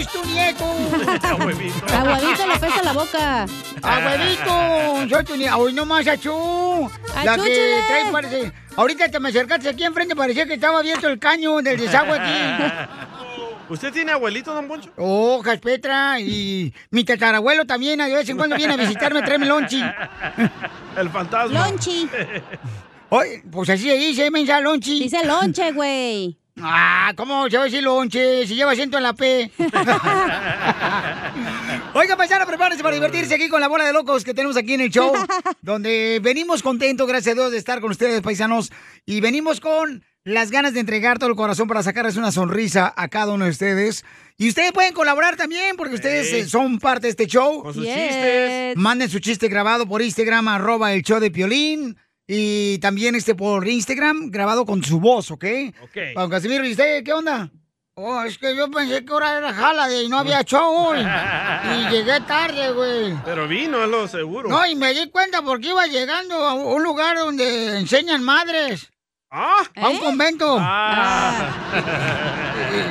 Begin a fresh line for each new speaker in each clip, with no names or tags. es tu nieto.
Abuelito.
Aguadito le pesa la boca.
Abuelito, yo tu nieto. Hoy no más a Chu. La que
Achúchule.
trae parece. Ahorita te me acercaste aquí enfrente, parecía que estaba abierto el caño del desagüe aquí.
¿Usted tiene abuelito, don Poncho?
Oh, Petra y mi tatarabuelo también, de vez en cuando viene a visitarme, tráeme lonchi.
El fantasma.
Lonchi.
Oye, pues así se dice, mensa, lonchi.
Dice lonche, güey.
Ah, ¿cómo se va a decir lonche? Si lleva asiento en la P. Oiga, paisano, prepárense para divertirse aquí con la bola de locos que tenemos aquí en el show, donde venimos contentos, gracias a Dios, de estar con ustedes, paisanos, y venimos con las ganas de entregar todo el corazón para sacarles una sonrisa a cada uno de ustedes. Y ustedes pueden colaborar también, porque ustedes
Ey.
eh, son parte de este show.
Con sus Yes. chistes.
Manden su chiste grabado por Instagram, arroba el show de Piolín. Y también este por Instagram, grabado con su voz, ¿ok?
Ok.
Don Casimiro, ¿y usted qué onda? Oh, es que yo pensé que ahora era jala y no había show hoy. Y llegué tarde, güey.
Pero vino, es lo seguro.
No, y me di cuenta porque iba llegando a un lugar donde enseñan madres. ¿Ah? A un convento.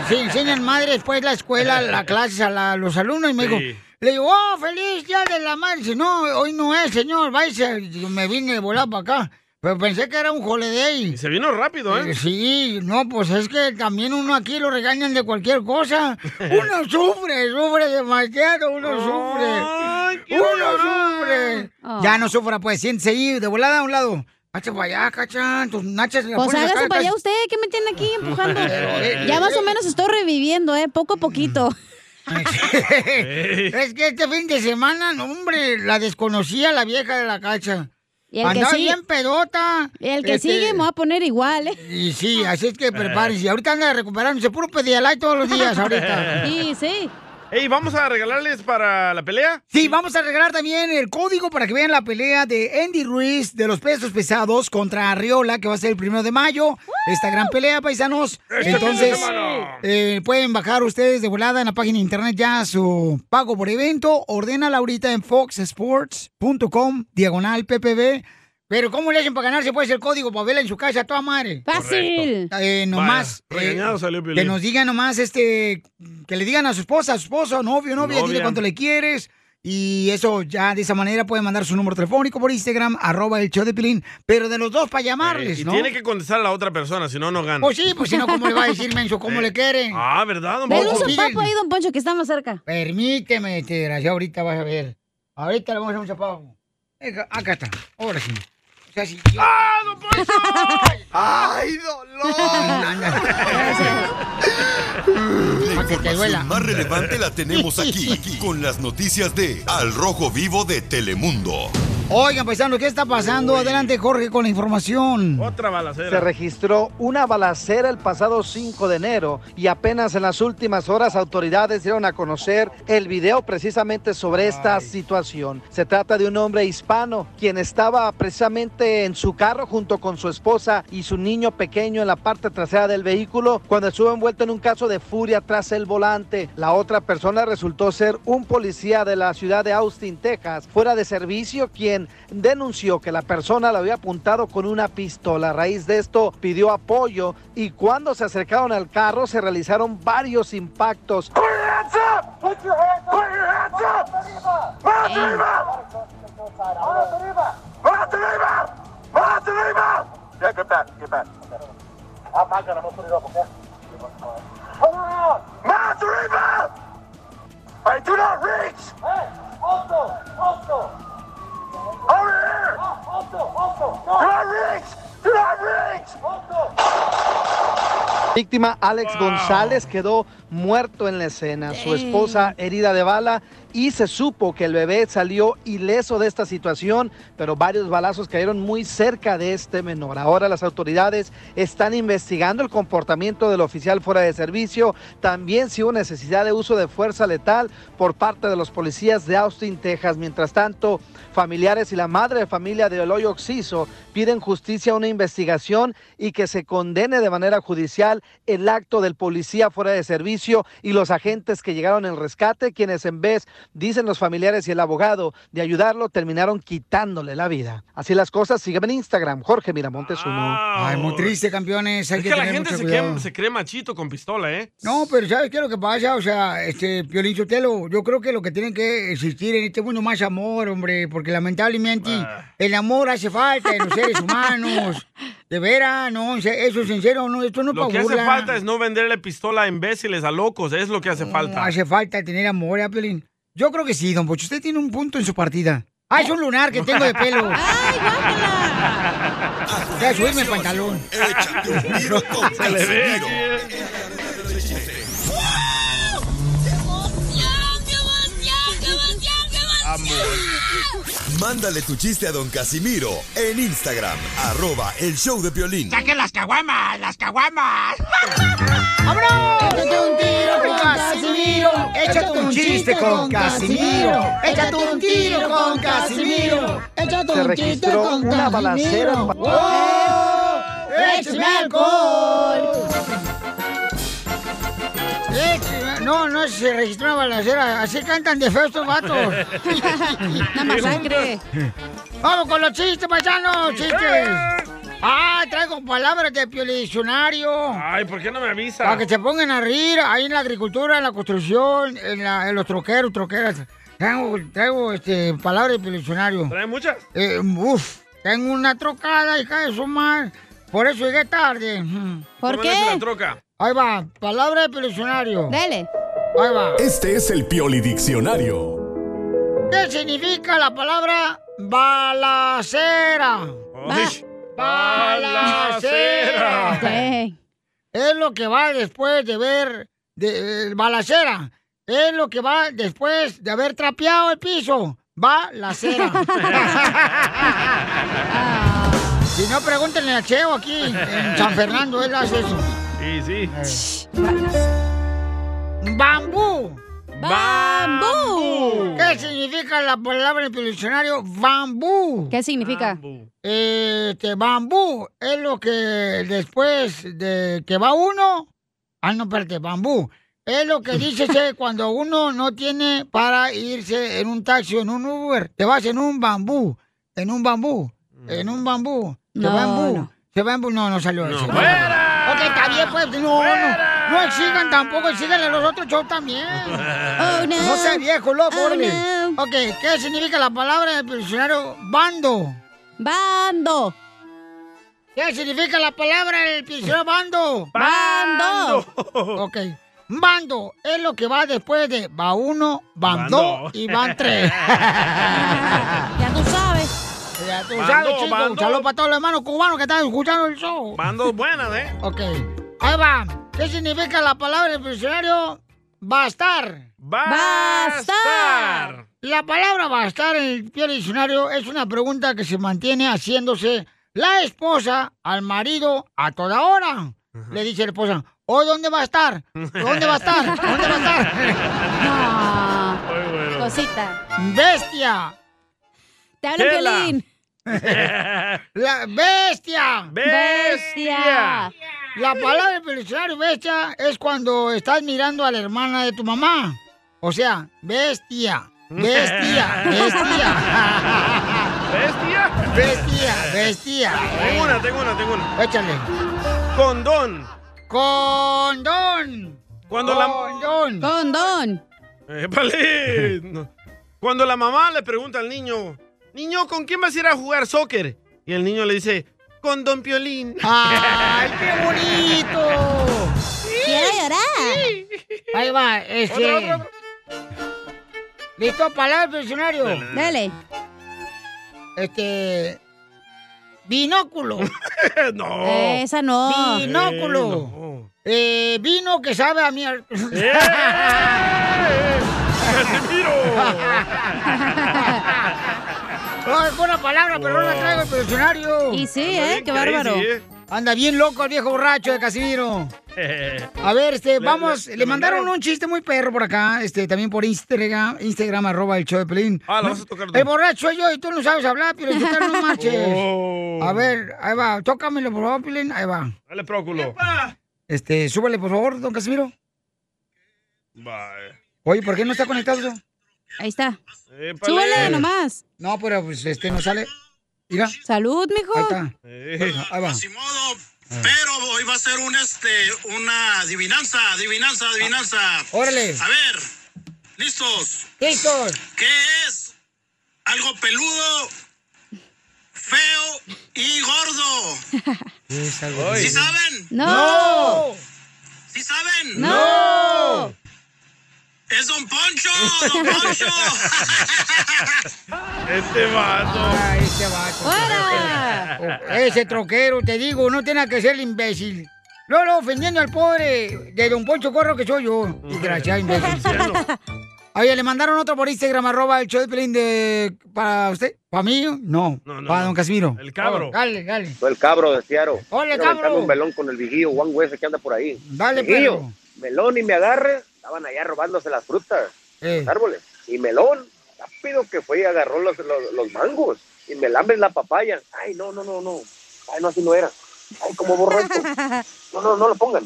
Sí, enseñan madres, pues, la escuela, las clases a la- los alumnos. Y me
Sí.
dijo, le digo, oh, feliz día de la madre. Dice, no, hoy no es, señor, váyase. Y Me vine de volar para acá. Pero pensé que era un holiday.
Se vino rápido, ¿eh?
Sí, no, pues es que también uno aquí lo regañan de cualquier cosa. Uno sufre, sufre demasiado, uno sufre.
quiero
Uno
llorar.
sufre.
Oh.
Ya no sufra, pues siéntese ahí, de volada a un lado. Hacha para allá, cachán, tus nachas se la
Pues
pones acá,
hágase para allá
casi-
usted, que me tiene aquí empujando.
Pero, eh,
Ya más
eh,
o menos estoy reviviendo, ¿eh? Poco a poquito.
es que este fin de semana, no, hombre, la desconocía la vieja de la cacha.
Y el que
Andaba
sigue-
bien pedota.
El que
Este,
sigue me va a poner igual, ¿eh?
Y sí, así es que prepárense. Ahorita anda recuperándose, puro pedialay todos los días ahorita.
Sí, sí.
Ey, ¿vamos a regalarles para la pelea?
Sí, vamos a regalar también el código para que vean la pelea de Andy Ruiz de los pesos pesados contra Arriola, que va a ser el primero de mayo. Esta gran pelea, paisanos.
Este fin de
Entonces,
semana.
eh, pueden bajar ustedes de volada en la página de internet ya su pago por evento. Ordénala ahorita en foxsports.com, diagonal PPB. Pero, ¿cómo le hacen para ganarse pues el código para verla en su casa, toda madre?
Fácil.
Eh, nomás. eh,
Vaya, regañado salió Piolín. Eh,
Que nos digan nomás, este, que le digan a su esposa, a su esposo, novio, novia, dile
Novia.
cuánto le quieres. Y eso ya de esa manera pueden mandar su número telefónico por Instagram, arroba el show de Pilín, pero de los dos para llamarles,
Eh, y
¿no?
tiene que contestar a la otra persona, si no, no gana.
Pues sí, pues si no, ¿cómo le va a decir, menso, cómo
Eh.
le quieren?
Ah, ¿verdad, don
Dale un
Poncho?
Piden-
zapapo ahí, don Poncho, que está más cerca.
Permíteme, te desgraciado, ahorita vas a ver. Ahorita le vamos a hacer un zapato. Venga, Acá está, ahora sí. O sea, si yo-
¡Ah, don Poncho!
¡Ay, dolor!
Para que te duela.
información más relevante la tenemos aquí, aquí, con las noticias de Al Rojo Vivo de Telemundo.
Oigan, paisano, ¿qué está pasando? Adelante, Jorge, con la información.
Otra
Se
balacera.
registró una balacera el pasado 5 de enero y apenas en las últimas horas autoridades dieron a conocer el video precisamente sobre esta situación. Se trata de un hombre hispano quien estaba precisamente en su carro junto con su esposa y su niño pequeño en la parte trasera del vehículo cuando estuvo envuelto en un caso de furia tras el volante. La otra persona resultó ser un policía de la ciudad de Austin, Texas, fuera de servicio quien denunció que la persona la había apuntado con una pistola. A raíz de esto pidió apoyo y cuando se acercaron al carro se realizaron varios impactos. Víctima Alex González quedó muerto en la escena, su esposa herida de bala y se supo que el bebé salió ileso de esta situación, pero varios balazos cayeron muy cerca de este menor. Ahora las autoridades están investigando el comportamiento del oficial fuera de servicio, también si hubo necesidad de uso de fuerza letal por parte de los policías de Austin, Texas. Mientras tanto, familiares y la madre de familia de Eloy Oxiso piden justicia a una investigación y que se condene de manera judicial el acto del policía fuera de servicio y los agentes que llegaron en rescate, quienes en vez Dicen los familiares y el abogado de ayudarlo terminaron quitándole la vida. Así las cosas, sígueme en Instagram, Jorge Miramontes uno.
Ay, muy triste, campeones. Hay
Es
que,
que la
tener
gente
mucho
se
cuidado.
cree, se cree machito con pistola, ¿eh?
No, pero ¿sabes qué es lo que pasa? O sea, este, Piolín Sotelo, yo creo que lo que tiene que existir en este mundo más amor, hombre, porque lamentablemente
Ah.
el amor hace falta en los seres humanos. De veras, no, en se- eso es sincero, no, esto no es
Lo
pa'
que hace
burla.
falta es no venderle pistola a imbéciles, a locos. Es lo que hace
No
falta.
hace falta tener amor, ¿eh, Piolín? Yo creo que sí, don Pocho, usted tiene un punto en su partida. Ah, es un lunar que tengo de pelo. Ya, subirme el pantalón.
Échate un tiro con
Se le ve
Casimiro. Mándale tu chiste a don Casimiro en Instagram, arroba el show de violín.
¡Saque las caguamas! ¡Las caguamas! ¡Vámonos! Échate un tiro con Casimiro. Échate un chiste con Casimiro. Échate un tiro con Casimiro. Échate
Se registró una balacera. en Pa- ¡Oh!
¡Échame alcohol! Écheme- Eh, No, no se registró una balacera. Así cantan de feo estos vatos.
Una masacre.
Vamos con los chistes, paisanos, chistes. Ah, traigo palabras de piolicionario.
Ay, ¿por qué no me avisa?
Para que se pongan a reír ahí en la agricultura, en la construcción, en, la- en los troqueros, troqueras. Traigo, traigo, este, palabras de diccionario.
¿Trae muchas?
Eh, uf, tengo una trocada, hija de su madre. Por eso llegué tarde. Ujú.
¿Por
¿Cómo le hace
qué?
la troca?
Ahí va, palabra de diccionario.
Dele.
Ahí va.
Este es el Pioli Diccionario.
¿Qué significa la palabra balacera?
Ay,
Balacera.
Sí.
Es lo que va después de ver de, eh, balacera. Es lo que va después de haber trapeado el piso. Va la cera. si no, pregúntenle a Cheo aquí, en San Fernando, él hace eso.
Sí, sí.
Bambú.
¡Bambú!
¿Qué significa la palabra en el diccionario bambú?
¿Qué significa?
Este, bambú es lo que después de que va uno. Ah, no, espérate, bambú. Es lo que dice ese cuando uno no tiene para irse en un taxi o en un Uber. Te vas en un bambú. En un bambú. En un bambú. Se
No,
va en bu.
no.
Se va en bu. No, no salió
No,
eso.
¡Fuera!
Ok, está bien, pues. No, no. No exigan tampoco, exigan a los otros shows también.
Oh, no.
No sea viejo, loco,
Oh,
órale.
no.
Ok, ¿qué significa la palabra del diccionario bando?
¡Bando!
¿Qué significa la palabra el diccionario bando?
¡Bando!
Ok. Bando es lo que va después de va uno, van dos
Bando.
y van tres.
Ya tú sabes.
ya tú
Bando,
sabes, chicos.
bando.
Un saludo para todos los hermanos cubanos que están escuchando el show.
Bandos buenas, ¿eh?
Ok. Ahí va. ¿Qué significa la palabra del diccionario bastar?
¡Bastar!
La palabra bastar en el Piel diccionario es una pregunta que se mantiene haciéndose la esposa al marido a toda hora. Le dice la esposa, ¿hoy dónde va a estar? ¿Dónde va a estar? ¿Dónde va a estar?
No.
Muy bueno.
Cosita.
¡Bestia!
Te hablo
Chela.
violín.
La bestia.
¡Bestia!
La palabra del diccionario bestia es cuando estás mirando a la hermana de tu mamá. O sea, bestia. Bestia, bestia.
¿Bestia?
Bestia, bestia.
Tengo una, tengo una, tengo una.
Échale.
Condón.
Condón.
Cuando la...
Condón.
Condón.
¡Épale! No. Cuando la mamá le pregunta al niño, niño, ¿con quién vas a ir a jugar soccer? Y el niño le dice, con Don Piolín.
¡Ay, qué bonito!
Quiero llorar.
Ahí va, este.
Otra, otra,
¿Listo? Palabra del diccionario.
Dale.
Este. Binóculo.
no.
Eh, Esa no.
Eh,
binóculo.
no.
Eh, vino que sabe a mierda.
¡Eh! ¡Casimiro!
No, es buena palabra, pero no la traigo el diccionario.
Y
Está
sí, ¿eh?
bien
Qué
crazy,
bárbaro.
¿eh?
Anda bien loco el viejo borracho de Casimiro.
Eh,
A ver, este,
Le-
vamos, le,
le- le
mandaron,
mandaron.
un chiste muy perro por acá, este, también por Instagram, Instagram, arroba el show de Pelín.
Ah, la vas a tocar tú.
El borracho soy yo y tú no sabes hablar, pero yo no marches.
Oh.
A ver, ahí va, tócamelo, por favor, Pelín, ahí va.
Dale, próculo.
Este, súbale, por favor, don Casimiro.
Bye.
Oye, ¿por qué no está conectado?
Ahí está.
Épale.
Súbele nomás.
No, pero pues este no sale. Mira.
Salud, mijo.
Ahí está.
Eh,
Ahí va.
Pero hoy va a ser un este, una adivinanza, adivinanza, adivinanza.
Órale.
A ver, listos.
Listos.
¿Qué es algo peludo, feo y gordo?
Es algo
Ay.
¿Sí saben?
No.
¿Sí saben?
No.
Es Don Poncho, Don Poncho.
este vato.
Ah, este vato.
¡Fuera!
Ese troquero, te digo, no tiene que ser el imbécil. No, no, ofendiendo al pobre de Don Poncho Corro que soy yo. Desgraciado, imbécil.
Cristiano.
Oye, ¿le mandaron otro por Instagram, arroba el show de Pelín de... ¿Para usted? ¿Para mí? No,
No, no,
para
no.
Don Casimiro. Oh,
El cabro.
dale, dale.
Soy el cabro de Ciaro.
Hola,
Quiero aventarme
cabro.
un melón con el vigío, Juan ese que anda por ahí.
Dale,
Vigío,
perro.
melón y me agarre. Estaban allá robándose las frutas,
Eh,
los árboles. Y melón, rápido que fue y agarró los, los, los mangos. Y me lambe la papaya. Ay, no, no, no, no. Ay, no, así no era. Ay, como borro esto. No, no, no lo pongan.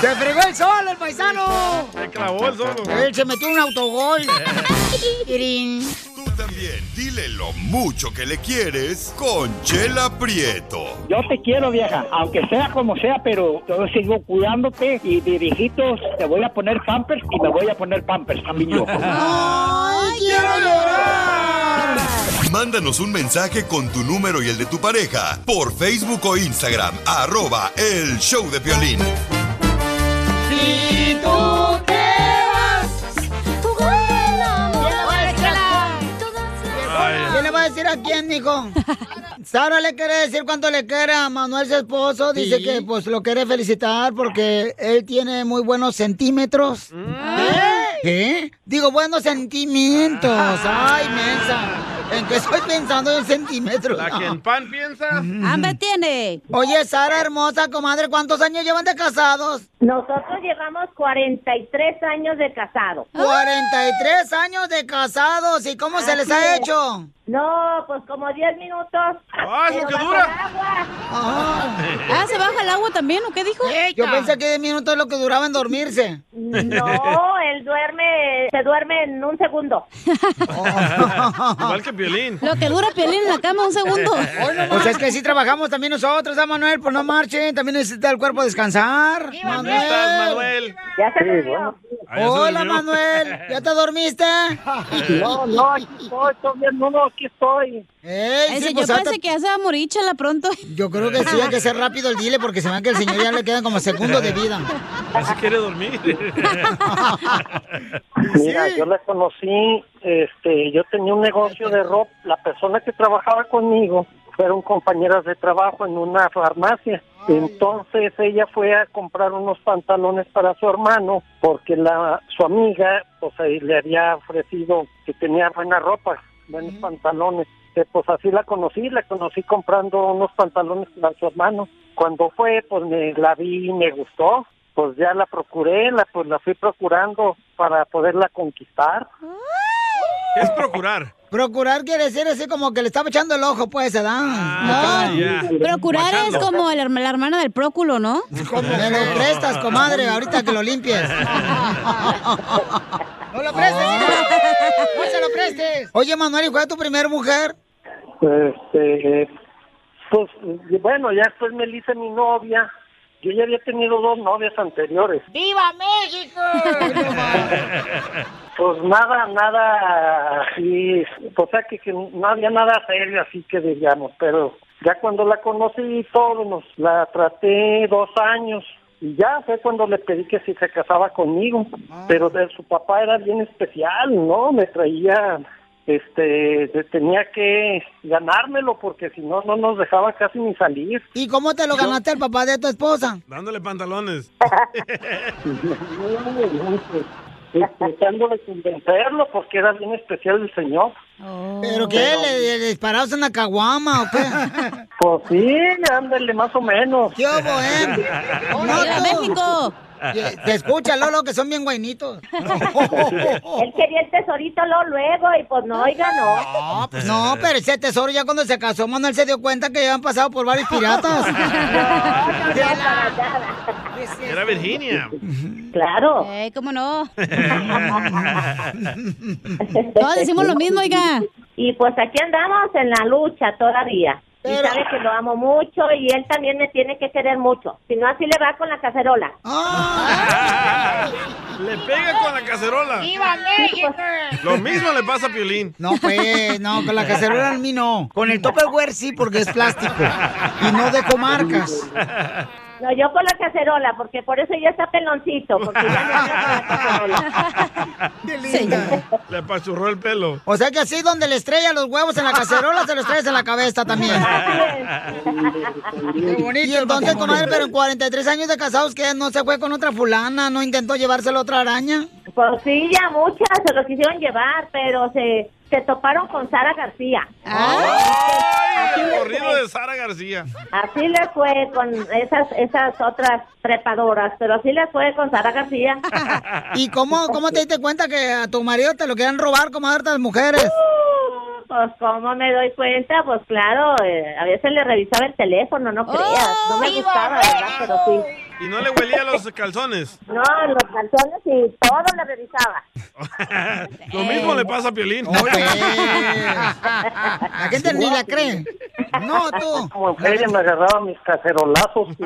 ¡Se fregó el sol, el paisano!
Se clavó el solo.
Él se metió un autogol. Tirín.
Tú también, dile lo mucho que le quieres con Chela Prieto.
Yo te quiero, vieja, aunque sea como sea, pero yo sigo cuidándote y de viejitos te voy a poner pampers y me voy a poner pampers también yo.
¡Ay, quiero llorar!
Mándanos un mensaje con tu número y el de tu pareja por Facebook o Instagram, arroba el show de violín.
Si tú te vas. ¿Qué le va a decir a quién, hijo? Sara le quiere decir cuánto le quiere a Manuel, su esposo. Dice
Sí.
que pues lo quiere felicitar porque él tiene muy buenos centímetros. ¿Eh? ¿Qué? Digo, buenos sentimientos. Ay, mensa. ¿En qué estoy pensando en centímetros?
La que en pan piensa.
Mm. ¡Hambre tiene!
Oye, Sara hermosa, comadre, ¿cuántos años llevan de casados?
Nosotros llevamos 43 años de casado.
¡Ah! 43 años de casados. ¿Y cómo se les ha
Así es.
hecho?
No, pues como 10 minutos.
Ah, eso
Pero
que
bajo
dura.
el agua.
Ah,
Ah, ¿se baja el agua también o qué dijo?
yo pensé que 10 minutos es lo que duraba en dormirse.
No, él duerme, se duerme en un segundo.
Igual que violín.
Lo que dura Piolín en la cama, un segundo.
Pues es que sí trabajamos también nosotros, ¿ah, Manuel? Pues no marchen, también necesita el cuerpo descansar.
¿Dónde estás, Manuel?
Ya se durmió.
Ah, ya se
Hola,
durmió.
Manuel. ¿Ya te dormiste?
No, no, aquí estoy, todavía no, no, aquí estoy.
Ey, sí,
Ese, yo
pues,
pensé
ahorita-
que ya se va a morir, chala, pronto.
Yo creo que sí, hay que ser rápido el dile porque se ve que el señor ya le quedan como segundos de vida.
Ya se quiere dormir.
Mira, yo la conocí, este, yo tenía un negocio de ropa, la persona que trabajaba conmigo fueron compañeras de trabajo en una farmacia. Entonces ella fue a comprar unos pantalones para su hermano porque la su amiga pues ahí le había ofrecido que tenía buena ropa, buenos pantalones. Eh, pues así la conocí, la conocí comprando unos pantalones para su hermano. Cuando fue, pues me la vi y me gustó. Pues ya la procuré, la pues la fui procurando para poderla conquistar.
es procurar.
Procurar quiere decir así como que le estaba echando el ojo, pues, ¿verdad?
Ah,
No.
ya.
Procurar es como el herma- la hermana del próculo, ¿no?
Como me lo prestas, comadre, ahorita que lo limpies. No lo prestes, hijo. no se lo prestes. Oye, Manuel, ¿y cuál es tu primer mujer?
Este, pues y bueno, ya después me la hice mi novia. Yo ya había tenido dos novias anteriores.
¡Viva México!
Pues nada, nada así, o sea que, que no había nada serio así que digamos, pero ya cuando la conocí y todo, nos la traté dos años y ya fue cuando le pedí que si se casaba conmigo,
Ah.
pero de su papá era bien especial, ¿no? Me traía, este, de- tenía que ganármelo porque si no, no nos dejaba casi ni salir.
¿Y cómo te lo ganaste el papá de tu esposa?
Dándole pantalones.
Este, Tratando de convencerlo porque era bien especial el señor.
¿Pero qué? ¿Le, le disparaste una caguama o qué?
Pues sí, ándale, más o menos.
¿Qué hubo, eh? No,
¡Viva
tú.
México!
Te- Te escucha, Lolo, que son bien guainitos.
Él quería el tesorito lo luego y pues no, oiga, no.
No, pues no, pero ese tesoro ya cuando se casó, Manuel se dio cuenta que ya han pasado por varios piratas.
No, no, no, para nada.
Era Virginia.
Claro.
Eh, ¿Cómo no? Todos decimos lo mismo, oiga.
Y pues aquí andamos en la lucha todavía.
Pero-
Y sabe que lo amo mucho y él también me tiene que querer mucho. Si no, así le va con la cacerola.
Ah.
Le pega con la cacerola. Lo mismo le pasa a Piolín.
No, pues, no, con la cacerola a mí no. Con el topperware sí, porque es plástico. Y no dejo marcas.
No, yo con la cacerola, porque por eso ya está peloncito. Porque ya no
Le pachurró el pelo.
O sea que así donde le estrella los huevos en la cacerola, se los traes en la cabeza también. y entonces, comadre, pero en 43 años de casados, que ¿No se fue con otra fulana? ¿No intentó llevárselo a otra araña?
Pues sí, ya muchas se lo quisieron llevar, pero se, se toparon con Sara García.
Ah.
Ay, el corrido de Sara García.
Así le fue con esas esas otras trepadoras, pero así le fue con Sara García.
¿Y cómo, cómo te diste cuenta que a tu marido te lo querían robar, comadre, las mujeres?
Pues cómo me doy cuenta, pues claro, eh, a veces le revisaba el teléfono, no creas,
¡Oh,
no me gustaba, ¿verdad? Pero sí.
Y no le huelía los calzones.
No, los calzones y todo le revisaba.
Lo mismo le pasa a Piolín.
Pues. La gente ni la cree. No, tú. Ah.
Como en feria me agarraba mis cacerolazos.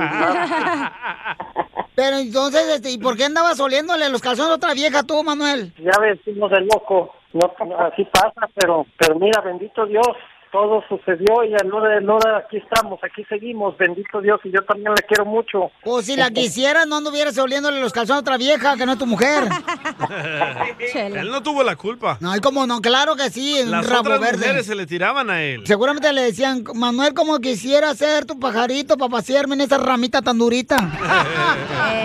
Pero entonces, este, ¿y por qué andabas oliéndole los calzones a otra vieja tú, Manuel?
ya vestimos de loco. No, así pasa, pero, pero mira, bendito Dios, todo sucedió y a la hora de la hora aquí estamos, aquí seguimos, bendito Dios, y yo también la quiero mucho.
O Pues si la quisieras, no anduvieras oliéndole los calzones a otra vieja que no es tu mujer.
él no tuvo la culpa.
No, y como no, claro que sí, un
Las
rabo
otras
verde.
mujeres eh. se le tiraban a él.
Seguramente le decían, Manuel, como quisiera ser tu pajarito para pasearme en esa ramita tan durita.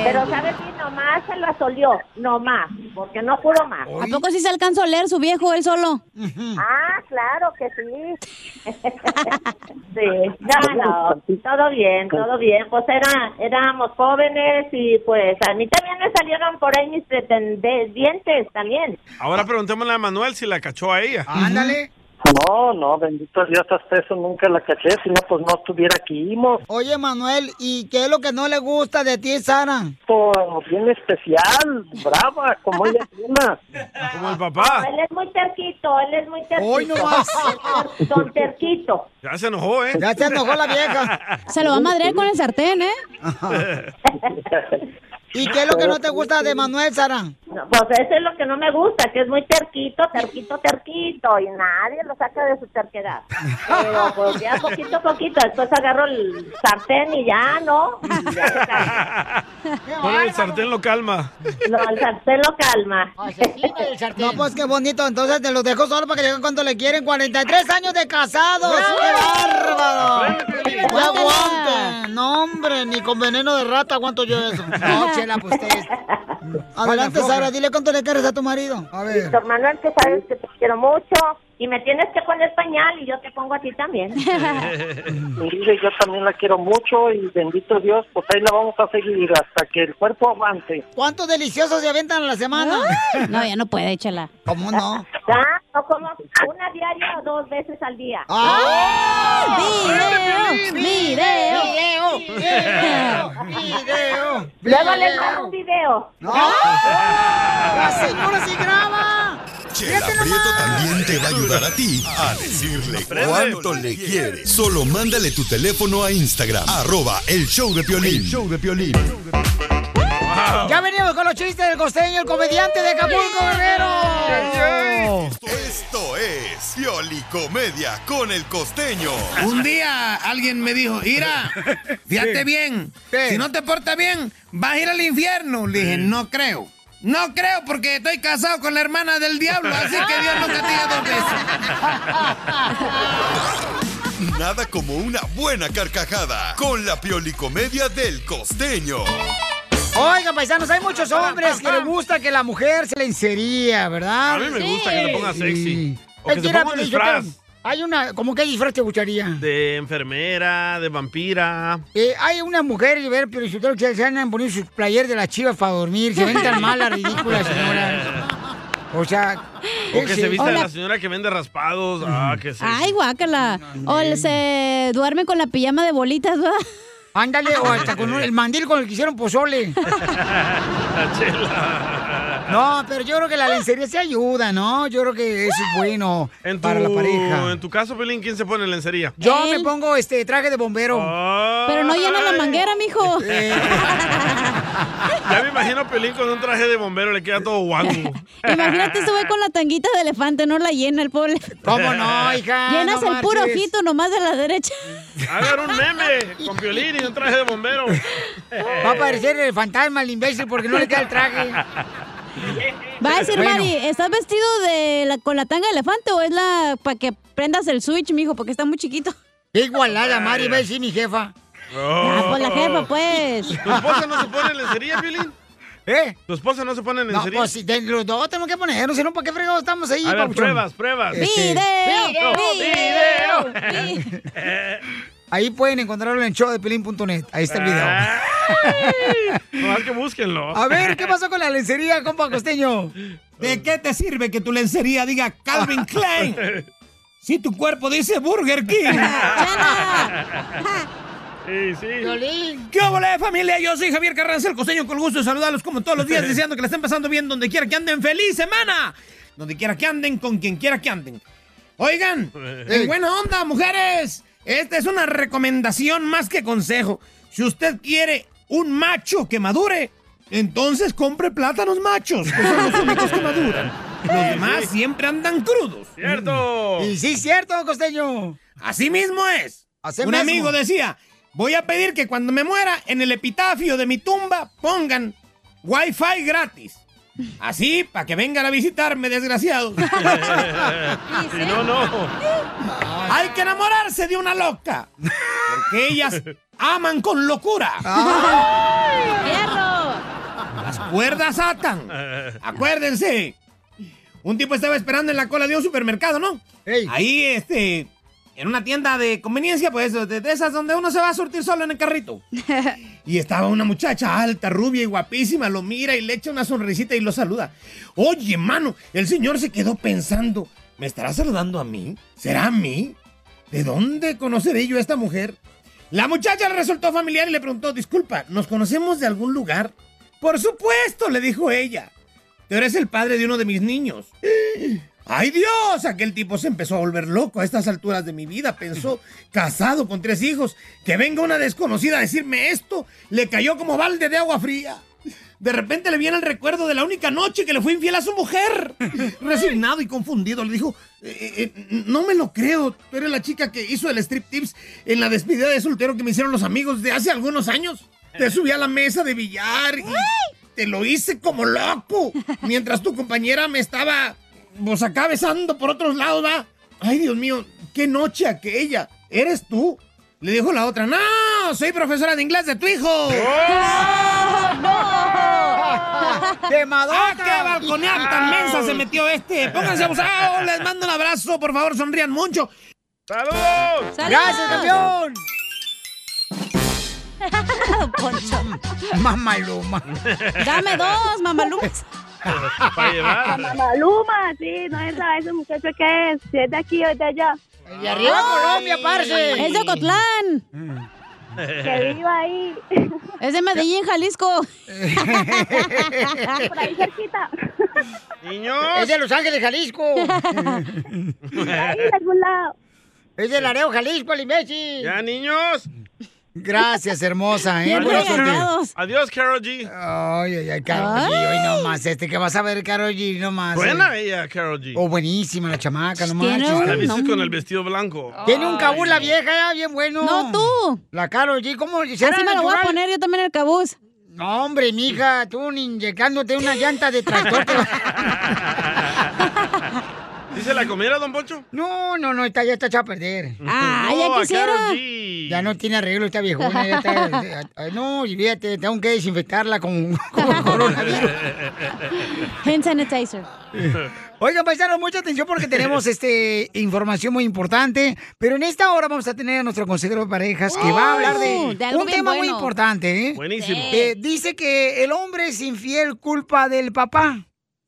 Pero sabes si nomás se lo asolió, nomás, porque no pudo más.
¿A poco sí se alcanzó a leer su viejo él solo?
Ah, claro que sí. sí, no, no, todo bien, todo bien. Pues era, éramos jóvenes y pues a mí también me salieron por ahí mis pretendientes también.
Ahora preguntémosle a Manuel si la cachó a ella.
Ándale.
No, no, bendito Dios, hasta eso nunca la caché, si no, pues no estuviera aquí. mo.
Oye, Manuel, ¿y qué es lo que no le gusta de ti, Sara?
Por Pues, bien especial, brava, como ella es una.
Como el
No,
papá.
él es muy terquito, él es muy terquito.
Hoy no más.
Don terquito.
Ya se enojó, ¿eh?
Ya se enojó la vieja.
Se lo va a madrear con el sartén, ¿eh?
¿Y qué es lo que no te gusta de Manuel, Sara?
No, pues eso es lo que no me gusta, que es muy terquito, terquito, terquito, y nadie lo saca de su terquedad. Pero pues ya poquito a poquito, después agarro el sartén y ya, ¿no? Y ya lo calmo.
Bueno, el sartén lo calma.
No, el sartén lo calma.
Ah, No, pues qué bonito. Entonces te los dejo solo para que lleguen cuando le quieren. 43 años de casados. ¡Qué bárbaro! ¡No aguante! No, hombre, ni con veneno de rata aguanto yo eso. No, chela, pues ustedes. Adelante,
floja.
Sara, dile cuánto le quieres a tu marido. A ver.
Víctor Manuel, que sabes que te quiero mucho y me tienes que poner pañal y yo te pongo a ti también.
Mire, yo también la quiero mucho y bendito Dios, pues ahí la vamos a seguir hasta que el cuerpo avance.
¿Cuántos deliciosos se aventan a la semana?
No, ya no puede, échala.
¿Cómo no?
Ya, no como una diaria o dos veces al día.
¡Video!
¡Video!
¡Video!
¡Video! ¡Video!
Luego les mando un video.
¡La señora sí graba!
Chela Prieto también te va a ayudar a ti a decirle cuánto le quieres. Solo mándale tu teléfono a Instagram, arroba el show de Piolín. show de Piolín.
Ya venimos con los chistes del costeño, el comediante de Acapulco, Guerrero.
Esto es Pioli Comedia con el costeño.
Un día alguien me dijo, Ira, fíjate bien, si no te portas bien, vas a ir al infierno. Le dije, no creo. No creo porque estoy casado con la hermana del diablo, así que Dios no castiga dos
Nada como una buena carcajada con la Pioli Comedia del costeño.
Oiga, paisanos, hay muchos hombres que les gusta que la mujer se le insería, ¿verdad?
A mí me gusta que le ponga sexy. O
Es
que
que
se
era-
ponga un
yo creo-
disfraz.
Hay una, ¿cómo qué disfraz te gustaría?
De enfermera, de vampira.
Eh, hay unas mujeres, ver, pero si ustedes se andan poniendo sus playeres de las chivas para dormir, se ven tan malas, ridículas, señoras. O sea,
O que se vista de
Hola. Mm.
la señora que vende raspados. Ah, que sí.
Ay, guácala. O se duerme con la pijama de bolitas, ¿verdad?
Ándale, o hasta con un- el mandil con el que hicieron pozole.
La chela.
No, pero yo creo que la lencería se ayuda, ¿no? Yo creo que eso es bueno
En tu-
para la pareja.
En tu caso, Pelín, ¿quién se pone lencería?
Yo me pongo este traje de bombero. Este,
Pero no llena la manguera, mijo.
Ya me imagino Pelín con un traje de bombero, le queda todo guango.
Imagínate ese güey con la tanguita de elefante, no la llena el pobre.
¿Cómo no, hija?
Llenas
No
el puro
marches.
ojito nomás de la derecha.
Hagan un meme con violín y un traje de bombero.
Va a parecer el fantasma, el imbécil, porque no le queda el traje.
Va a decir,
Bueno.
Mari, ¿estás vestido de la, con la tanga de elefante o es la para que prendas el switch, mijo? Porque está muy chiquito.
Igualada, Mari, va a decir mi jefa.
Ah, pues la jefa, pues.
¿Tu esposa no se pone lencería, Violín?
¿Eh?
¿Tu esposa no se pone
No,
lencería?
pues si de- los dos tenemos que poner, no sé, no, ¿para qué fregados estamos ahí?
A ver,
papuchón? Este,
pruebas, pruebas.
Este,
Video,
video,
Ahí pueden encontrarlo en showdepelín.net. Ahí está el video.
No, hay Ah. que búsquenlo.
A ver, ¿qué pasó con la lencería, compa costeño?
¿De qué te sirve que tu lencería diga Calvin Klein? Si tu cuerpo dice Burger King.
Sí, sí.
¿Qué hola familia? Yo soy Javier Carranza, el costeño, con gusto de saludarlos como todos los días, deseando que la estén pasando bien donde quiera que anden. ¡Feliz semana! Donde quiera que anden, con quien quiera que anden. Oigan, en buena onda, mujeres. Esta es una recomendación más que consejo. Si usted quiere un macho que madure, entonces compre plátanos machos, que son los únicos que maduran. Los demás siempre andan crudos.
¡Cierto!
Y sí, cierto, costeño.
Así mismo es. Un
mismo.
amigo decía, voy a pedir que cuando me muera, en el epitafio de mi tumba pongan wifi gratis. Así, para que vengan a visitarme, desgraciados.
Si no, no.
Hay que enamorarse de una loca. Porque ellas aman con locura. Las cuerdas atan. Acuérdense. Un tipo estaba esperando en la cola de un supermercado, ¿no? Ahí, este, en una tienda de conveniencia, pues, de, de esas donde uno se va a surtir solo en el carrito. Y estaba una muchacha alta, rubia y guapísima, lo mira y le echa una sonrisita y lo saluda. Oye, mano, el señor se quedó pensando, ¿me estará saludando a mí? ¿Será a mí? ¿De dónde conoceré yo a esta mujer? La muchacha le resultó familiar y le preguntó, disculpa, ¿nos conocemos de algún lugar? Por supuesto, le dijo ella. Tú eres el padre de uno de mis niños. ¡Ay Dios! Aquel tipo se empezó a volver loco a estas alturas de mi vida. Pensó, casado con tres hijos, que venga una desconocida a decirme esto, le cayó como balde de agua fría. De repente le viene el recuerdo de la única noche que le fue infiel a su mujer. Resignado y confundido, le dijo, "Eh, eh, no me lo creo, tú eres la chica que hizo el strip tips en la despedida de soltero que me hicieron los amigos de hace algunos años. Te subí a la mesa de billar y te lo hice como loco, mientras tu compañera me estaba vos acá besando por otros lados, va. Ay, Dios mío, qué noche aquella. ¿Eres tú? Le dijo la otra, no, soy profesora de inglés de tu hijo.
¡De Madonna!
¡Ah, qué balconeada tan mensa se metió este! Pónganse abusados, les mando un abrazo, por favor, sonrían mucho.
¡Saludos!
¡Gracias, campeón! Mamaluma.
Dame dos, mamalumas.
Para
La
llevar.
Mamaluma, sí, no es la ese muchacho que es, si es de aquí o es de allá.
Y arriba Colombia, parce.
Es de Ocotlán.
Que viva ahí.
Es de Medellín, Jalisco.
Por ahí cerquita.
Niños.
Es de Los Ángeles, Jalisco.
Ahí de algún lado.
es de Laredo, Jalisco, el imbécil.
Ya, niños.
Gracias, hermosa, ¿eh?
Adiós,
Buena suerte.
Carol. Adiós, Carol G.
Ay, ay, ay, Karol G, hoy no más. Este que vas a ver, Karol G, no
Ah,
más.
Buena ella, Carol G.
O buenísima la chamaca, no
Ah,
manches.
La viste con el vestido blanco.
Oh.
Tiene un cabuz la vieja, ya, bien bueno.
No, tú.
La Karol G, ¿cómo? Así
Así me lo voy a poner yo también el cabuz.
No, hombre, mija, tú ni inyectándote una llanta de tractor. te va-
¿Sí se la comiera, don Poncho?
No, no, no, está, ya está echada a perder.
Ah, ya
No, a
quisiera.
Karol G.
Ya no tiene arreglo esta viejona. Ya está, ay, no, olvídate, tengo que desinfectarla con, con coronavirus.
Hand sanitizer.
Oigan, paisanos, mucha atención porque tenemos este información muy importante. Pero en esta hora vamos a tener a nuestro consejero de parejas que va a hablar
Oh,
de,
de algo
un
bien
tema muy
bueno.
importante. ¿eh?
Buenísimo.
Eh, dice que el hombre es infiel culpa del papá.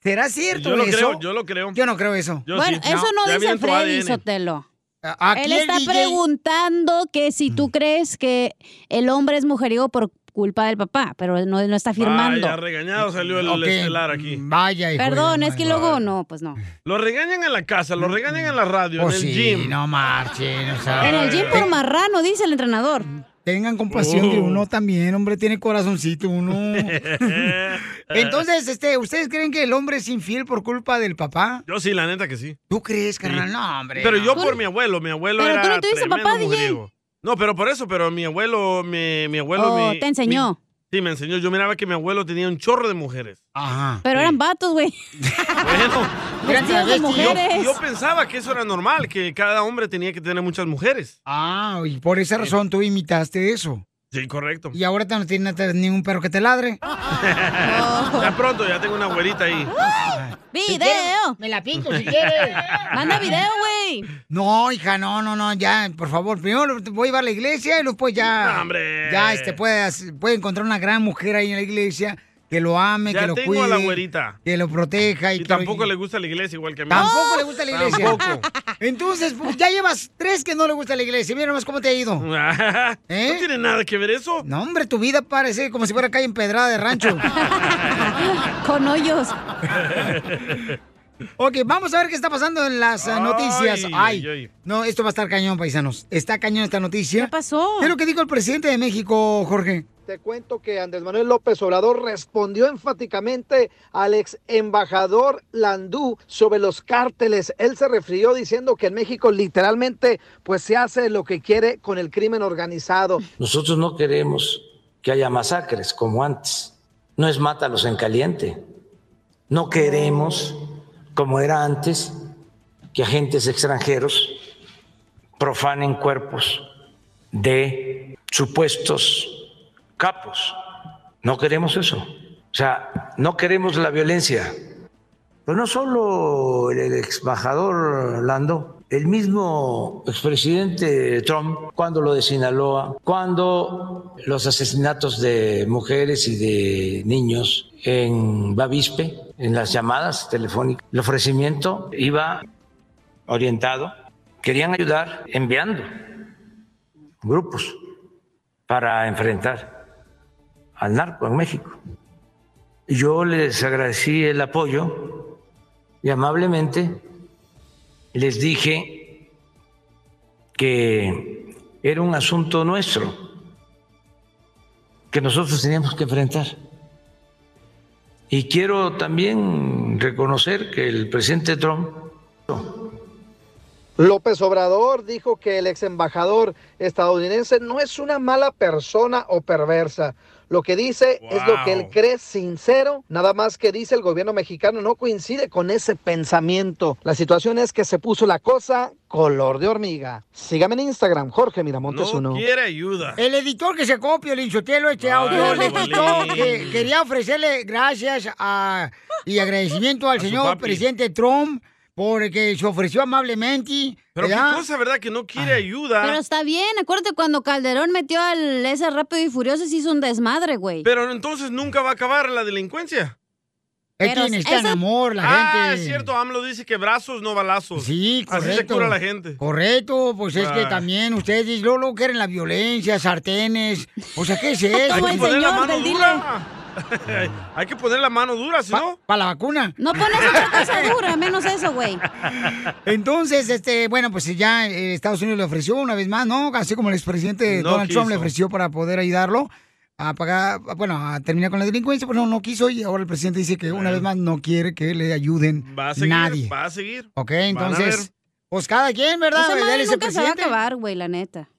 ¿Será cierto
Yo lo
eso?
creo, yo lo creo.
Yo no creo eso.
Yo
bueno,
sí.
eso no,
ya viene
dice
en tu
Freddy
ADN.
Sotelo.
Aquí
Él
el Mm.
está
DJ
preguntando que si tú crees que el hombre es mujeriego por culpa del papá, pero no, no está firmando.
Vaya, Ah, regañado salió el, el
Ok.
estelar aquí.
Vaya,
Perdón, es que luego no, pues no.
Lo regañan en la casa, lo regañan en la radio,
Pues
en el
sí,
gym.
no marchen, o sea.
En el gym por
Te-
marrano, dice el entrenador.
Tengan compasión de
Oh.
uno también, hombre, tiene corazoncito uno. Entonces, este, ¿ustedes creen que el hombre es infiel por culpa del papá?
Yo sí, la neta que sí.
¿Tú crees, carnal? No, hombre,
Pero
no.
yo
Tú-
por mi abuelo, mi abuelo
Pero
era
tú no tuviste
tremendo
papá, DJ.
mujeriego. No, pero por eso, pero mi abuelo, mi, mi abuelo...
Oh,
mi-
te enseñó.
mi- sí, me enseñó. Yo miraba que mi abuelo tenía un chorro de mujeres.
Ajá.
Pero eran vatos, güey.
Bueno,
Vestidos de
yo-
mujeres.
Yo, pensaba que eso era normal, que cada hombre tenía que tener muchas mujeres.
Ah, y por esa razón tú imitaste eso.
Sí, correcto.
Y ahora no tienes ningún perro que te ladre.
ya pronto, ya tengo una abuelita ahí.
¡Video!
Me la pinto si quieres.
Manda video, güey.
No, hija, no, no, no, ya, por favor. Primero te voy a llevar a la iglesia y después ya.
No, hombre.
Ya, este, puedes, puede encontrar una gran mujer ahí en la iglesia que lo ame,
Ya
que lo
tengo
cuide.
a la güerita.
Que lo proteja y,
Y
que lo-
tampoco le gusta la iglesia igual que a mí.
Tampoco le gusta la iglesia.
Tampoco.
Entonces, pues, ya llevas tres que no le gusta la iglesia. Mira nomás cómo te ha ido.
Ah,
¿eh?
No tiene nada que ver eso.
No, hombre, tu vida parece como si fuera calle empedrada de rancho.
Con hoyos.
Ok, vamos a ver qué está pasando en las eh, noticias. Ay,
ay, ay.
no, esto va a estar cañón, paisanos. Está cañón esta noticia. ¿Qué pasó? ¿Qué es lo que dijo el presidente de México, Jorge?
Te cuento que Andrés Manuel López Obrador respondió enfáticamente al ex embajador Landú sobre los cárteles. Él se refirió diciendo que en México literalmente pues se hace lo que quiere con el crimen organizado.
Nosotros no queremos que haya masacres como antes. No es mátalos en caliente. No queremos, como era antes, que agentes extranjeros profanen cuerpos de supuestos capos. No queremos eso. O sea, no queremos la violencia. Pero no solo el ex embajador Lando, el mismo expresidente Trump, cuando lo de Sinaloa, cuando los asesinatos de mujeres y de niños en Bavispe, en las llamadas telefónicas, el ofrecimiento iba orientado, querían ayudar enviando grupos para enfrentar al narco en México. Y Yo les agradecí el apoyo y amablemente les dije que era un asunto nuestro, que nosotros teníamos que enfrentar. Y quiero también reconocer que el presidente Trump
López Obrador dijo que el ex embajador estadounidense no es una mala persona o perversa. Lo que dice es lo que él
Wow.
cree sincero, nada más que dice el gobierno mexicano no coincide con ese pensamiento. La situación es que se puso la cosa color de hormiga. Sígame en Instagram, Jorge Miramontes uno.
Quiere ayuda.
El editor que se copia el inchotelo este audio le quitó
Piolín.
que quería ofrecerle gracias a- y agradecimiento al
su
señor
papi.
presidente Trump porque se ofreció amablemente.
Pero
¿verdad?
qué cosa, ¿verdad? Que no quiere ayuda.
Pero está bien, acuérdate cuando Calderón metió al ese rápido y furioso se hizo un desmadre, güey.
Pero entonces nunca va a acabar la delincuencia.
Es que necesitan amor la
ah,
gente.
es cierto, AMLO dice que brazos, no balazos.
Sí, correcto.
Así se cura la gente. Ah.
Correcto, pues es que
Ay.
también ustedes luego, luego quieren la violencia, sartenes. O sea, ¿qué es eso?
Hay que poner la mano dura. Hay que poner la mano dura, si no.
Para la vacuna.
No pones otra cosa dura, menos eso, güey.
Entonces, este, bueno, pues ya eh, Estados Unidos le ofreció una vez más, ¿no? Así como el expresidente
No
Donald Trump
quiso.
le ofreció para poder ayudarlo a pagar, bueno, a terminar con la delincuencia, pues no, no quiso y ahora el presidente dice que una vez más no quiere que le ayuden
Ah. Va a seguir,
nadie.
va a seguir.
Ok,
Van a
entonces,
ver.
pues cada quien, ¿verdad?
Esa madre
Él es el
nunca se va a
presidente.
acabar, güey, la neta.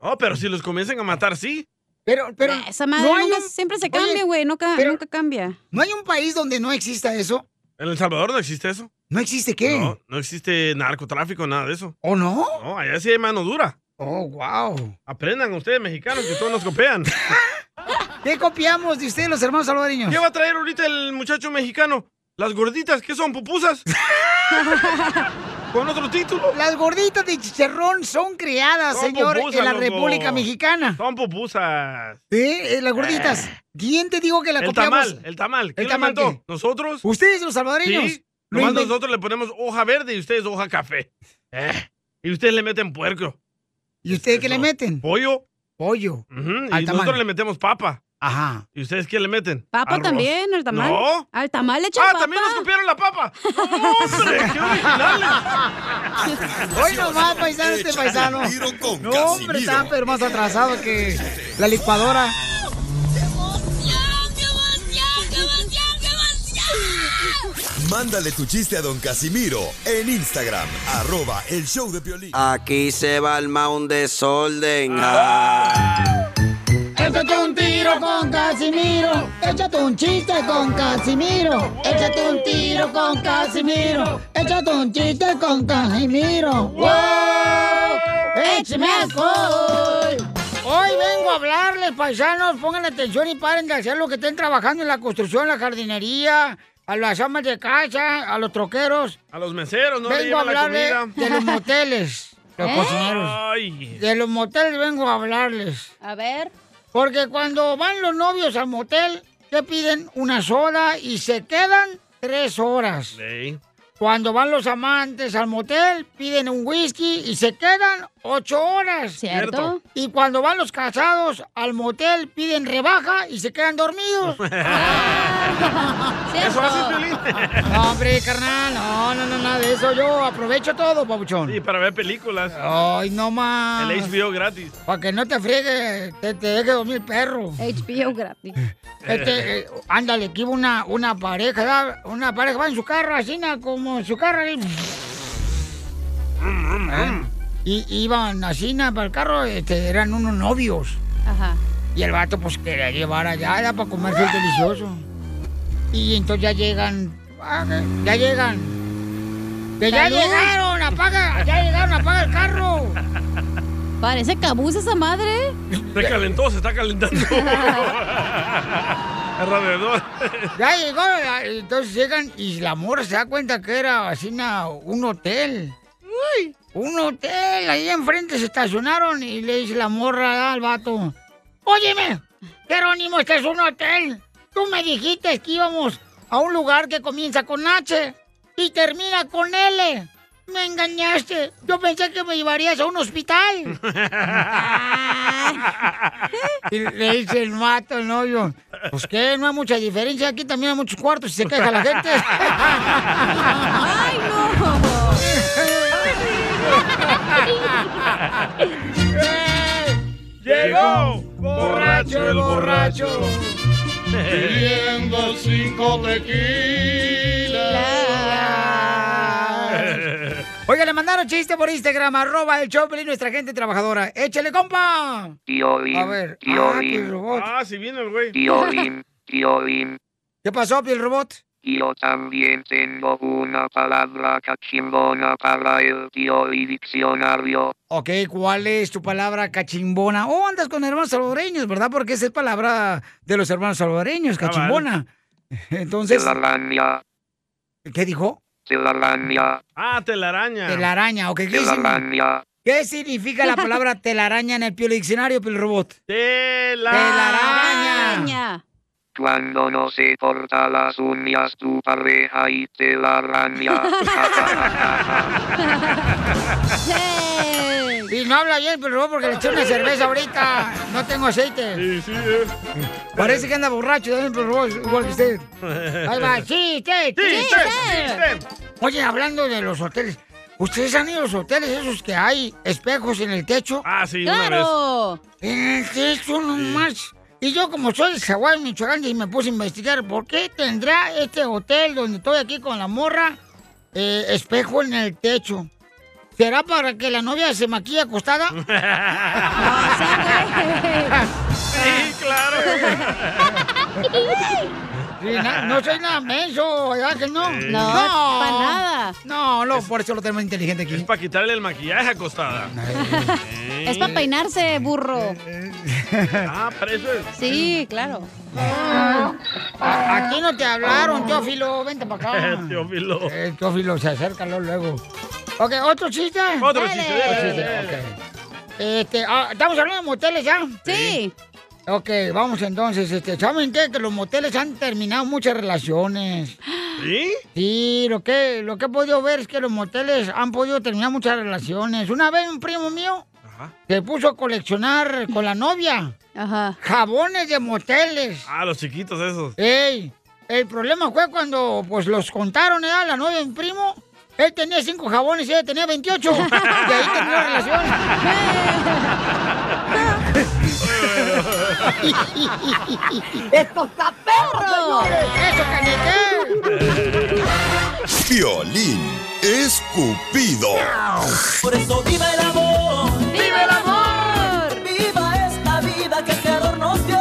Oh, pero si los comiencen a matar, sí.
Pero, pero.
Esa madre
no hay
nunca,
un-
siempre se
Oye,
cambia, güey, nunca,
pero-
nunca cambia.
¿No hay un país donde no exista eso?
En El Salvador no existe eso.
¿No existe qué?
No, no existe narcotráfico, nada de eso.
¿O no?
No, allá sí hay mano dura.
Oh, wow.
Aprendan ustedes, mexicanos, que todos nos copian.
¿Qué copiamos de ustedes, los hermanos salvadoreños?
¿Qué va a traer ahorita el muchacho mexicano? ¿Las gorditas qué son? ¿Pupusas? Con otro título.
Las gorditas de chicharrón son creadas,
Son
señor,
pupusas,
en la
loco.
República Mexicana.
Son pupusas. Ah.
¿Eh? Eh, Las gorditas. ¿Quién te dijo que la
el
copiamos?
tamal, el tamal. ¿Quién
¿El
lo
tamal
inventó?
qué?
¿Nosotros?
¿Ustedes, los salvadoreños?
Sí.
Lo
Nomás
inven-
nosotros le ponemos hoja verde y ustedes hoja café. Eh, Y ustedes le meten puerco.
¿Y ustedes qué le meten?
Pollo.
Pollo.
Ujú,
Al
Y
tamal.
nosotros le metemos papa.
Ajá.
¿Y ustedes qué le meten?
Papa
Arroz.
también, al tamal.
No.
Al tamal le echan
Ah,
papa.
también nos copiaron la papa. ¡Hombre, qué
Hoy nomás, paisano, este paisano. No, hombre, está pero más atrasado que la licuadora.
Mándale tu chiste a don Casimiro en Instagram, arroba el show de Piolín.
Aquí se va el un desorden.
Ah. Échate un tiro con Casimiro. Échate un chiste con Casimiro. Échate un tiro con Casimiro. Échate un chiste con Casimiro. ¡Wow!
¡Échame alcohol!
Hoy vengo a hablarles, paisanos. Pongan atención y paren de hacer lo que estén trabajando en la construcción, la jardinería, a las amas de casa, a los troqueros.
A los meseros no le
vengo a
llevan la
hablarle
comida. ¿Eh?
de los moteles, los cocineros.
Ay.
De los moteles vengo a hablarles.
A ver.
Porque cuando van los novios al motel, te piden una soda y se quedan tres horas.
Ey.
Cuando van los amantes al motel, piden un whisky y se quedan ocho horas.
Cierto.
Y cuando van los casados al motel, piden rebaja y se quedan dormidos.
¿Eso haces,
No, hombre, carnal, no, no, no, nada de eso. Yo aprovecho todo, pabuchón.
Y para ver películas.
Ay, no más.
El HBO gratis.
Para que no te friegue, te, te deje dormir perro.
HBO gratis.
Este, eh, ándale, que iba una, una pareja, ¿verdad? una pareja va en su carro, así na, como en su carro. Y,
Mm,
y iban así na, para el carro, este, eran unos novios.
Ajá.
Y el vato pues quería llevar allá era para comerse el delicioso. Y entonces ya llegan, ah, que- ya llegan. Que ya
Salud.
llegaron, apaga, ya llegaron, apaga el carro.
Parece cabuz esa madre.
Se calentó, se está calentando. Alrededor.
Ya llegó, ya- entonces llegan y la morra se da cuenta que era así na- un hotel. Un hotel, ahí enfrente se estacionaron y le dice la morra ah, al vato. Óyeme, Jerónimo, este es un hotel. Tú me dijiste que íbamos a un lugar que comienza con H y termina con L. Me engañaste. Yo pensé que me llevarías a un hospital. Y le dice el mato al novio. Pues que no hay mucha diferencia. Aquí también hay muchos cuartos y se queja la gente.
¡Ay, no!
Llegó
borracho el borracho
pidiendo
cinco tequilas.
Oiga, le mandaron chiste por Instagram, arroba el Choplin, nuestra gente trabajadora. ¡Échale, compa!
Piolín,
A ver. Ah,
Piolín.
el robot.
Ah, sí vino el güey.
Piolín, Piolín,
¿Qué pasó, el robot?
yo también tengo una palabra cachimbona para el Pioli diccionario.
Ok, ¿cuál es tu palabra cachimbona? Oh, andas con hermanos salvadoreños, ¿verdad? Porque esa es palabra de los hermanos
Ah,
salvadoreños, cachimbona. Entonces,
Telaraña,
¿qué dijo?
telaraña,
Ah, telaraña.
Telaraña, ok. ¿Qué, significa,
telaraña,
¿Qué significa la palabra telaraña en el piel diccionario, piel robot?
Araña.
cuando no se corta las uñas tu pareja y telaraña.
Y no habla bien, pero no, porque le eché una cerveza ahorita. No tengo aceite. Sí, eh. sí, Parece que anda borracho también, pero igual que usted. Ahí va, chiste, chiste. Oye, hablando de los hoteles, ¿ustedes han ido a los hoteles esos que hay espejos en el techo?
Ah, sí,
una
claro. En el techo nomás. Y yo como soy de Hawái, Michoacán, y me puse a investigar por qué tendrá este hotel donde estoy aquí con la morra eh, espejo en el techo. ¿Será para que la novia se maquille acostada?
Sí,
claro.
Sí, na- no soy nada menso, ¿verdad que no?
Sí.
No, pa' nada.
No, no, por eso lo tenemos inteligente aquí.
Es para quitarle el maquillaje acostada. Sí.
Es para peinarse, burro.
Ah, para eso es.
Sí, claro.
Ah, A- Aquí no te hablaron, Teófilo, vente para acá.
Teófilo.
Ah. Eh, Teófilo, se acércalo luego. Ok, ¿otro chiste?
Otro chiste, dale,
Otro
dale,
ok. Este, ah, ¿Estamos hablando de moteles ya?
Sí.
Ok, vamos entonces. Este, ¿Saben qué? Que los moteles han terminado muchas relaciones.
¿Sí?
Sí, lo que, lo que he podido ver es que los moteles han podido terminar muchas relaciones. Una vez un primo mío se puso a coleccionar con la novia jabones de moteles.
Ah, los chiquitos esos.
Ey, el problema fue cuando pues los contaron, ¿eh? La novia de mi primo. Él tenía cinco jabones y ella tenía 28. De ahí terminó la relación.
¡Esto está perro,
¡Eso,
Violín escupido.
Por eso viva el amor. ¡Viva el amor! ¡Viva esta vida que el creador nos dio!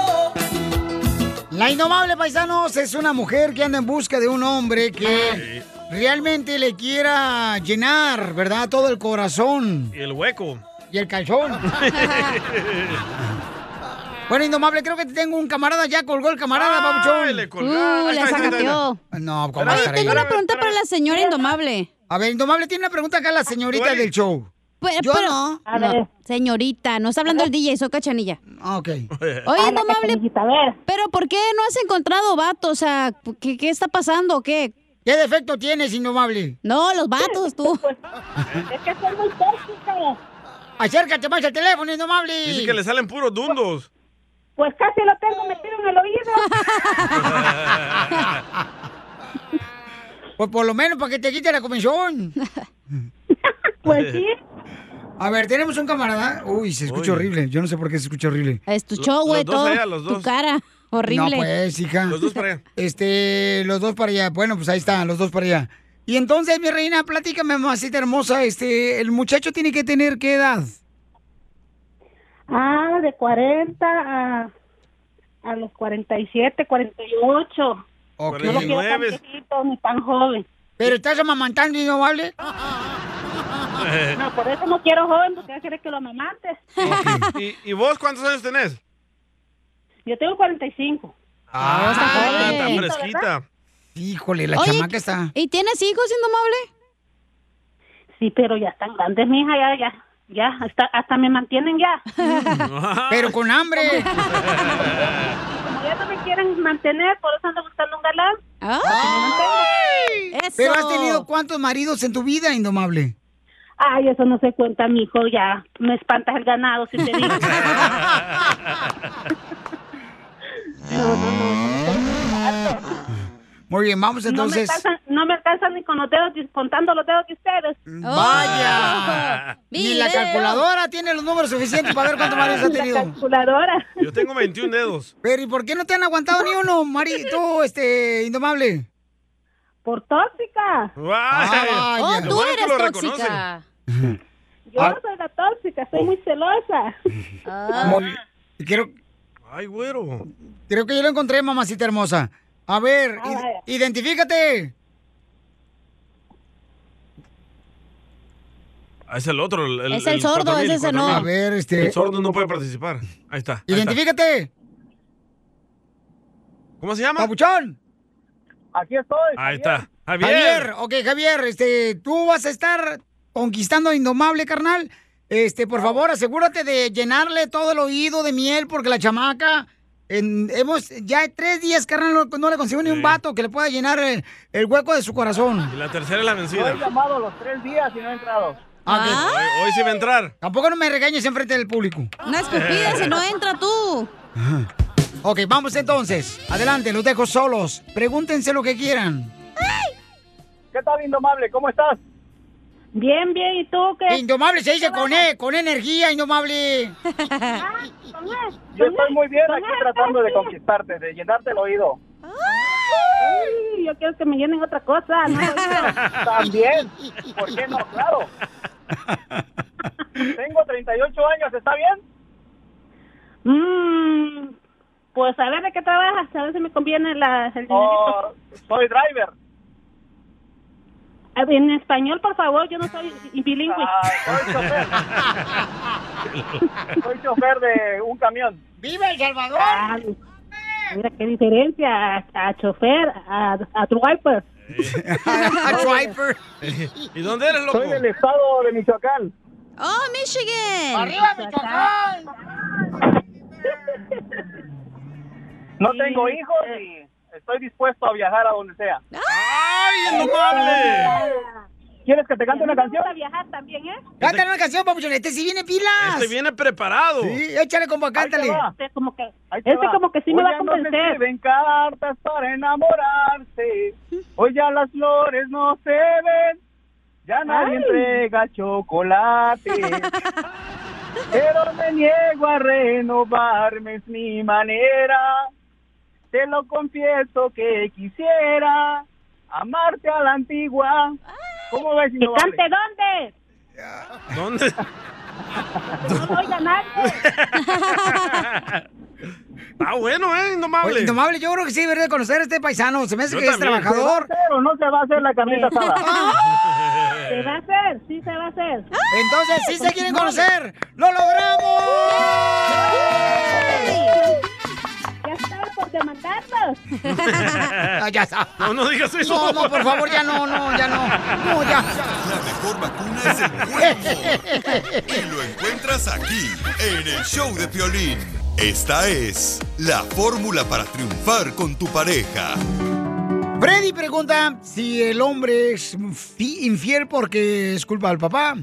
La indomable paisanos es una mujer que anda en busca de un hombre que realmente le quiera llenar, ¿verdad? Todo el corazón
Y el hueco.
y el calzón. Bueno, Indomable, creo que tengo un camarada, ya colgó el camarada, babuchón.
le
colgaste. Uh, Ah, le sacateó.
No, ¿cómo
Oye, tengo una pregunta para la señora Indomable.
A ver, Indomable tiene una pregunta acá la señorita del show.
Pero,
Yo
pero-
no.
A ver. no, Señorita, no está hablando el DJ, soy cachanilla.
Ok.
Oye, Indomable, pero ¿por qué no has encontrado vatos? O sea, ¿qué, qué está pasando? o ¿Qué?
¿Qué defecto tienes, Indomable?
No, los vatos, tú.
Es que soy muy tóxica.
Acércate más al teléfono, Indomable.
Dice que le salen puros dundos.
Pues casi lo tengo metido en el oído.
Pues por lo menos para que te quite la comisión.
pues sí.
A ver, tenemos un camarada. Uy, se escucha horrible. Yo no sé por qué se escucha horrible.
Es tu show, güey, todo. Tu cara, horrible.
No, pues, hija.
Los dos para allá.
Este, los dos para allá. Bueno, pues ahí están, los dos para allá. Y entonces, mi reina, platícame, mamacita hermosa, este, el muchacho tiene que tener qué edad?
Ah, de 40 a, a los 47, 48.
Ok.
No lo quiero tan
49.
viejito ni tan joven.
Pero estás amamantando y no vale.
No, por eso no quiero joven, porque ya quieres que lo amamantes.
¿Y, y vos cuántos años tenés?
Yo tengo 45.
Ah,
está joven.
tan fresquita.
Híjole, la
Oye,
chamaca está.
¿Y tienes hijos, Indomable?
Sí, pero ya están grandes, mija, ya, ya. Ya, hasta, hasta me mantienen ya.
Pero con hambre.
Como ya no me quieren mantener, por eso ando buscando un galán.
Ah.
Pero has tenido cuántos maridos en tu vida, Indomable.
Ay, eso no se cuenta, mijo, ya. Me espantas el ganado, si te digo.
Muy bien, vamos
no, me
entonces.
alcanzan, no me alcanzan ni con los dedos, de- contando los dedos de ustedes.
Vaya. Ni la calculadora tiene los números suficientes para ver cuántos maridos ha
La
tenido.
calculadora.
Yo tengo 21 dedos.
Pero ¿y por qué no te han aguantado ni uno, Mari, tú, este, indomable?
Por tóxica.
Ah,
Oh,
ya.
tú
Bueno,
eres
que lo
tóxica.
reconocen.
Yo
Ah.
no soy la tóxica,
Oh.
soy muy celosa.
Ah.
Muy- Creo,
Ay, güero.
creo que yo lo encontré, mamacita hermosa. A ver, id- identifícate.
Ah, es el otro. El,
Es el sordo,
cuatro mil,
ese es el
cuatro mil.
no. A ver, este-
El sordo no puede participar. Ahí está. ahí está.
Identifícate.
¿Cómo se llama?
Papuchón.
Aquí estoy.
Ahí está. Javier.
Javier, ok, Javier, este, tú vas a estar conquistando a Indomable, carnal. Este, por favor, asegúrate de llenarle todo el oído de miel, porque la chamaca, en- hemos, ya hay tres días, carnal, no, no le consigo ni un vato que le pueda llenar el, el hueco de su
Y
corazón.
la tercera es la
No
vencida.
he llamado los tres días y no he entrado.
Ah, ok.
Hoy, hoy sí va a entrar.
Tampoco no me regañes enfrente del público.
Una escupida si no entra tú.
Ok, vamos entonces. Adelante, los dejo solos. Pregúntense lo que quieran.
¿Qué tal, Indomable? ¿Cómo estás?
Bien, bien, ¿y tú qué?
Indomable se dice con E, con energía, Indomable.
Yo estoy muy bien aquí tratando de conquistarte, de llenarte el oído.
Ay, yo quiero que me llenen otra cosa. ¿no?
También. ¿Por qué no? Claro. Tengo 38 años, ¿está bien?
Mm, pues a ver de qué trabajas, a ver si me conviene la, el dinerito.
Oh, soy driver.
A ver, En español, por favor, yo no soy bilingüe.
Soy chofer de un camión.
¡Viva El Salvador!
Mira qué diferencia a, a chofer, a, a pues. driver.
¿Y dónde eres, loco?
Soy del estado de Michoacán.
¡Oh, Michigan!
¡Arriba, Michoacán!
No tengo hijos y estoy dispuesto a viajar a donde sea.
Ah,
¡Ay,
el notable!
¿Quieres que te cante una canción?
a viajar también, ¿eh?
Cántale una canción, papuchón. Este sí viene pilas.
Este viene preparado.
Sí, échale compa, cántale.
Este como que,
te
este
va.
como que sí me
Hoy
va a
ya no se
convencer.
escriben cartas para enamorarse. Hoy ya las flores no se ven. Ya nadie
Ay.
entrega chocolate. Pero me niego a renovarme, es mi manera. Te lo confieso que quisiera amarte a la antigua. ¿Cómo ves?
¿Que cante dónde?
¿Dónde?
No lo oiga nadie.
Ah, bueno, ¿eh? Indomable.
Oye, indomable, yo creo que sí debería de conocer a este paisano. Se me hace
Yo
que
también.
es trabajador.
¿Se
Pero no se va a hacer la carnita asada.
Se va a hacer, sí se va a hacer.
Entonces, sí se quieren conocer. ¡Lo logramos!
Ya estaba por demandarnos.
Ah, ya está.
No, no digas eso.
No, no, por favor, ya no, no, ya no. No, ya.
La mejor vacuna es el buen humor. Y lo encuentras aquí, en el show de Piolín. Esta es la fórmula para triunfar con tu pareja.
Freddy pregunta si el hombre es fi- infiel porque es culpa del papá.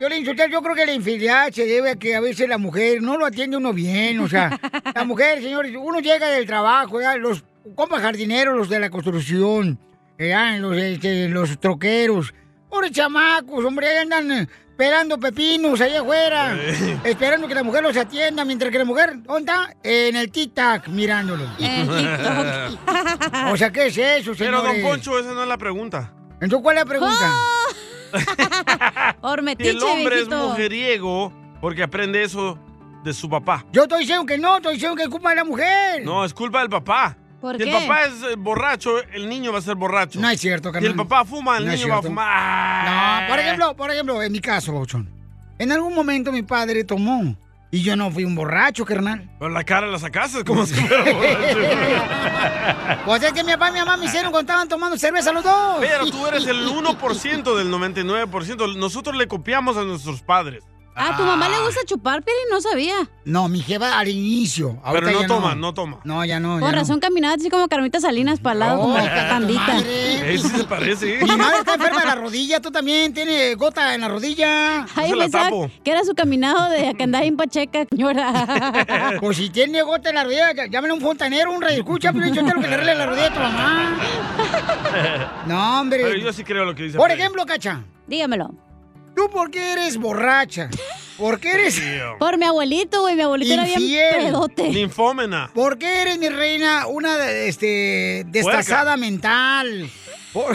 Yo le insulté, yo creo que la infidelidad se debe a que a veces la mujer no lo atiende uno bien, o sea, la mujer, señores, uno llega del trabajo, ya, los compas jardineros, los de la construcción, ya, los, este, los troqueros, pobres chamacos, hombre, ahí andan eh, esperando pepinos allá afuera, esperando que la mujer los atienda, mientras que la mujer, ¿dónde está? En el tic-tac, mirándolo.
En TikTok.
O sea, ¿qué es eso,
Pero,
señores?
don Poncho, esa no es la pregunta.
Entonces, ¿cuál es la pregunta?
Si el hombre es mujeriego, porque aprende eso de su papá.
Yo estoy diciendo que no, estoy diciendo que es culpa de la mujer.
No, es culpa del papá.
¿Por
si
qué?
el papá es eh, borracho, el niño va a ser borracho.
No es cierto,
Si
carnal.
el papá fuma, el
No es
niño va a
cierto.
fumar.
No, Ah, por ejemplo, por ejemplo, en mi caso, Bauchón. En algún momento mi padre tomó y yo no fui un borracho, carnal.
Pero la cara la sacaste como si fuera borracho.
Pues es que mi papá y mi mamá me hicieron cuando estaban tomando cerveza los dos.
Pero tú eres el 1% del 99%. Nosotros le copiamos a nuestros padres.
Ah, ¿tu mamá le gusta chupar, Piri? No sabía.
No, mi jeva al inicio.
Pero
ahorita
no
ya
toma, no, toma.
No, ya no.
Con
ya no.
razón caminaba así como Carmita Salinas para lado, como pandita.
Ey, sí se parece. ¿eh?
Mi madre está enferma de la rodilla, tú también tienes gota en la rodilla.
Ay, pensaba que era su caminado de que andaba en Pacheca, señora.
Pues si tiene gota en la rodilla, llá- llámale a un fontanero, un radio escucha, pero yo quiero que le arregle la rodilla a tu mamá. No, hombre.
Pero yo sí creo lo que dice.
Por
Freddy.
ejemplo, Cacha. Dígamelo. ¿Tú por qué eres borracha? ¿Por qué eres
Por mi abuelito, güey. Mi abuelito era bien
infiel?
pedote.
Ninfómena.
¿Por qué eres, mi reina, una este, destazada mental? Por-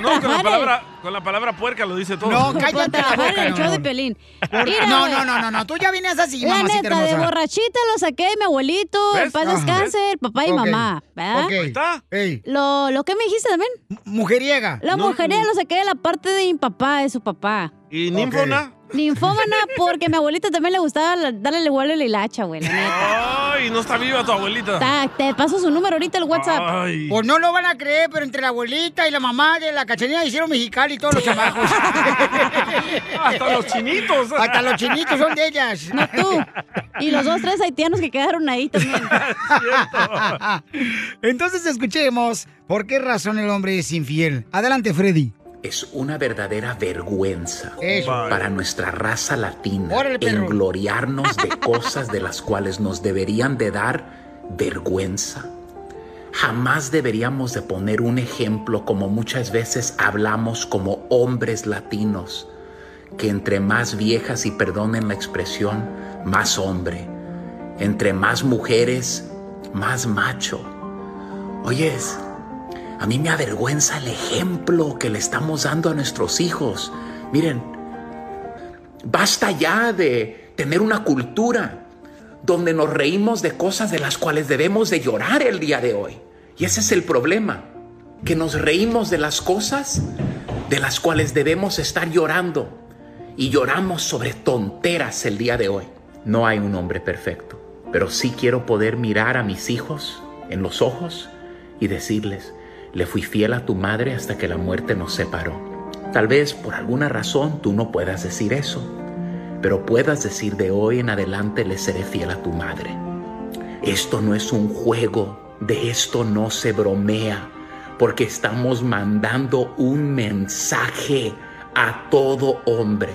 No, con la, palabra, con la palabra puerca lo dice todo.
No, cállate la
eh. trabajar
boca,
en el show de
no.
Pelín.
Por-
Mira,
no,
güey.
no, no, no, no, tú ya venías así,
La
mamacita
neta, de
hermosa.
borrachita lo saqué de mi abuelito,
¿Ves?
el paz
Ajá.
descanse, el papá y
Ok.
mamá, ¿verdad?
Ok. Ahí está. Ey.
Lo, lo que me dijiste también.
Mujeriega.
La
No,
mujeriega
no.
lo saqué de la parte de mi papá, de su papá.
¿Y ninfona?
Ninfómana porque a mi abuelita también le gustaba la- darle el vuelo y la hilacha, güey. la neta.
Ay, no está viva tu abuelita.
Ta- te paso su número ahorita el WhatsApp.
Ay.
Pues no lo van a creer, pero entre la abuelita y la mamá de la cachanilla hicieron mexicali y todos los chamacos.
Hasta los chinitos.
Hasta los chinitos son de ellas.
No tú. Y los dos, tres haitianos que quedaron ahí también.
Entonces escuchemos por qué razón el hombre es infiel. Adelante, Freddy.
Es una verdadera vergüenza
Eso.
para nuestra raza latina
Órale, perro.
engloriarnos de cosas de las cuales nos deberían de dar vergüenza. Jamás deberíamos de poner un ejemplo como muchas veces hablamos como hombres latinos, que entre más viejas, y perdonen la expresión, más hombre, entre más mujeres, más macho. Oyes, a mí me avergüenza el ejemplo que le estamos dando a nuestros hijos. Miren, basta ya de tener una cultura donde nos reímos de cosas de las cuales debemos de llorar el día de hoy. Y ese es el problema, que nos reímos de las cosas de las cuales debemos estar llorando. Y lloramos sobre tonteras el día de hoy. No hay un hombre perfecto, pero sí quiero poder mirar a mis hijos en los ojos y decirles, le fui fiel a tu madre hasta que la muerte nos separó. Tal vez por alguna razón tú no puedas decir eso, pero puedas decir de hoy en adelante le seré fiel a tu madre. Esto no es un juego, de esto no se bromea, porque estamos mandando un mensaje a todo hombre.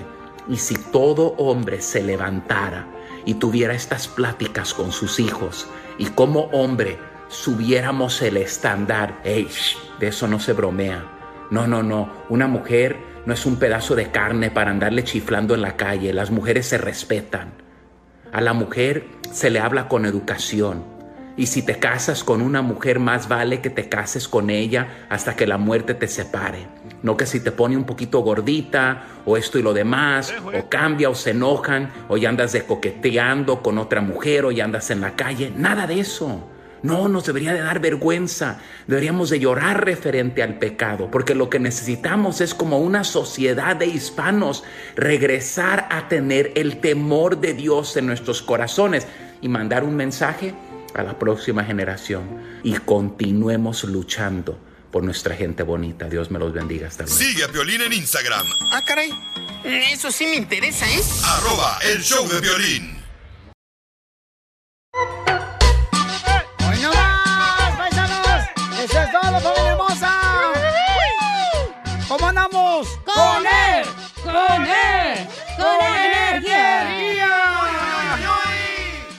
Y si todo hombre se levantara y tuviera estas pláticas con sus hijos, y como hombre subiéramos el estándar, "Ey, sh, de eso no se bromea. No, no, no, una mujer no es un pedazo de carne para andarle chiflando en la calle, las mujeres se respetan. A la mujer se le habla con educación. Y si te casas con una mujer, más vale que te cases con ella hasta que la muerte te separe. No que si te pone un poquito gordita o esto y lo demás, o cambia o se enojan, o ya andas de coqueteando con otra mujer o ya andas en la calle. Nada de eso. No, nos debería de dar vergüenza. Deberíamos de llorar referente al pecado, porque lo que necesitamos es como una sociedad de hispanos regresar a tener el temor de Dios en nuestros corazones y mandar un mensaje a la próxima generación y continuemos luchando por nuestra gente bonita. Dios me los bendiga hasta luego.
Sigue a Piolín en Instagram,
Ah, caray. Eso sí me interesa, ¿eh?
arroba el show de violín.
¡Hoy no más, paisanos! ¡Eso es todo, familia hermosa! ¿Cómo andamos?
¡Con él! ¡Con él! ¡Con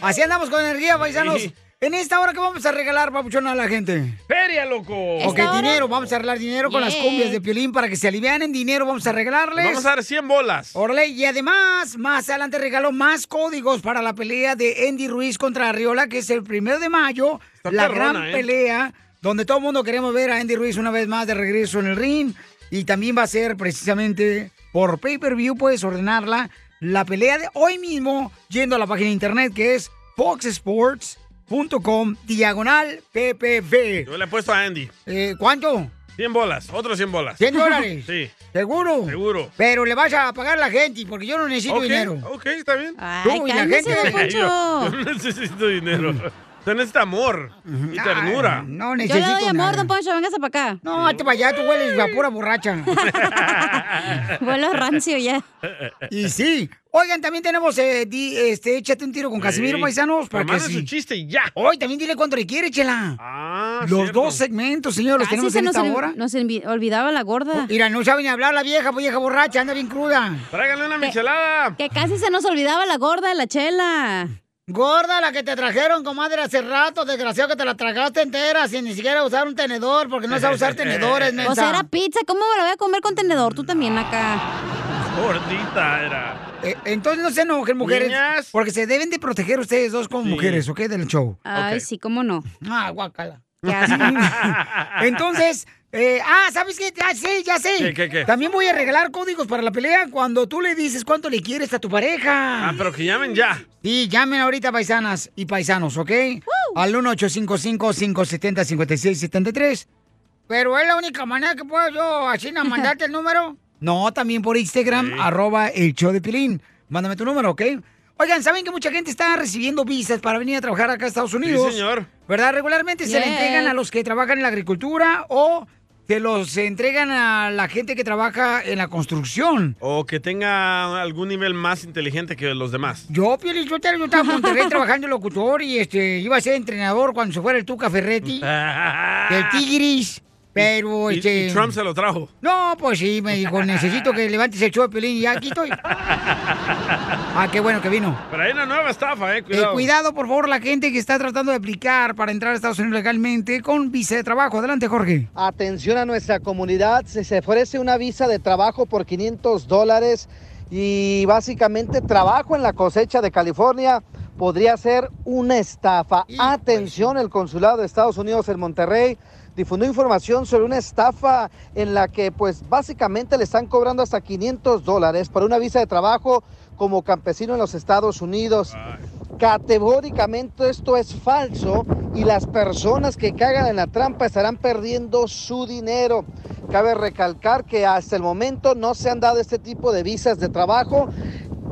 Así andamos con energía, paisanos. En esta hora, ¿qué vamos a regalar, papuchón, a la gente?
¡Feria, loco!
Ok, dinero, vamos a arreglar dinero con las
Yeah.
cumbias de Piolín para que se alivian en dinero, vamos a regalarles.
Vamos a dar 100 bolas.
Órale, y además, más adelante regaló más códigos para la pelea de Andy Ruiz contra Arriola, que es el primero de mayo,
Está
la
perrona,
gran
¿eh?
pelea, donde todo el mundo queremos ver a Andy Ruiz una vez más de regreso en el ring. Y también va a ser precisamente por pay-per-view, puedes ordenarla, la pelea de hoy mismo, yendo a la página de internet que es foxsports.com diagonal PPV.
Yo le he puesto a Andy.
Eh, ¿Cuánto?
100 bolas, otros 100 bolas.
¿100 dólares?
Sí.
¿Seguro?
Seguro.
Pero le vas a pagar a la gente, porque yo no necesito
Ok,
dinero.
Ok, está bien.
Tú y la gente.
yo, yo necesito dinero. Usted necesita amor y ternura.
No
Yo le doy amor, don Poncho, vengas para acá.
No, hazte para allá, tú hueles a pura borracha.
Vuelo rancio ya.
Y sí. Oigan, también tenemos, eh, di- este, échate un tiro con Casimiro
Sí.
Paisanos.
Pero
Para que
manda su chiste ya.
Hoy también dile cuánto le quiere, chela.
Ah,
Los
cierto.
dos segmentos, señor, los
Casi
tenemos
se
en
nos
esta
olvi-
hora.
Nos envi- olvidaba la gorda.
Mira, no sabe ni hablar la vieja, pues vieja borracha, anda bien cruda.
Tráiganle una michelada.
Que casi se nos olvidaba la gorda de la chela.
Gorda, la que te trajeron, comadre, hace rato, desgraciado que te la tragaste entera sin ni siquiera usar un tenedor, porque no sabe usar tenedores,
O
mensa.
sea, era pizza. ¿Cómo me la voy a comer con tenedor? Tú también acá.
Gordita era.
Eh, entonces no se enojen, mujeres.
Niñas.
Porque se deben de proteger ustedes dos como
Sí.
mujeres, ¿ok? Del show.
Ay, sí, cómo no.
Ah, guacala. Entonces, eh, ah, ¿sabes qué? Ah, sí, ya sé.
¿Qué, qué, qué?
También voy a regalar códigos para la pelea cuando tú le dices cuánto le quieres a tu pareja.
Ah, pero que llamen ya.
Y llamen ahorita paisanas y paisanos, ¿ok? Al 1-855-570-5673. Pero es la única manera que puedo yo así nada mandarte el número. No, también por Instagram, arroba el show de Pilín. Mándame tu número, ¿ok? Oigan, ¿saben que mucha gente está recibiendo visas para venir a trabajar acá a Estados Unidos?
señor.
¿Verdad? Regularmente se le
Yeah.
entregan a los que trabajan en la agricultura o se los entregan a la gente que trabaja en la construcción.
O que tenga algún nivel más inteligente que los demás.
Yo, Piolín, yo estaba- yo estaba en Monterrey trabajando de locutor y este iba a ser entrenador cuando se fuera el Tuca Ferretti, el Tigris, pero
Y,
este...
y Trump se lo trajo.
No, pues sí, me dijo, necesito que levantes el show de Piolín y aquí estoy. Ah, qué bueno que vino.
Pero hay una nueva estafa, eh.
Eh,
Cuidado.
cuidado, por favor, la gente que está tratando de aplicar para entrar a Estados Unidos legalmente con visa de trabajo. Adelante, Jorge.
Atención a nuestra comunidad, se se ofrece una visa de trabajo por 500 dólares y básicamente trabajo en la cosecha de California podría ser una estafa. Atención, el consulado de Estados Unidos en Monterrey difundió información sobre una estafa en la que pues básicamente le están cobrando hasta 500 dólares por una visa de trabajo como campesino en los Estados Unidos. Categóricamente esto es falso y las personas que cagan en la trampa estarán perdiendo su dinero. Cabe recalcar que hasta el momento no se han dado este tipo de visas de trabajo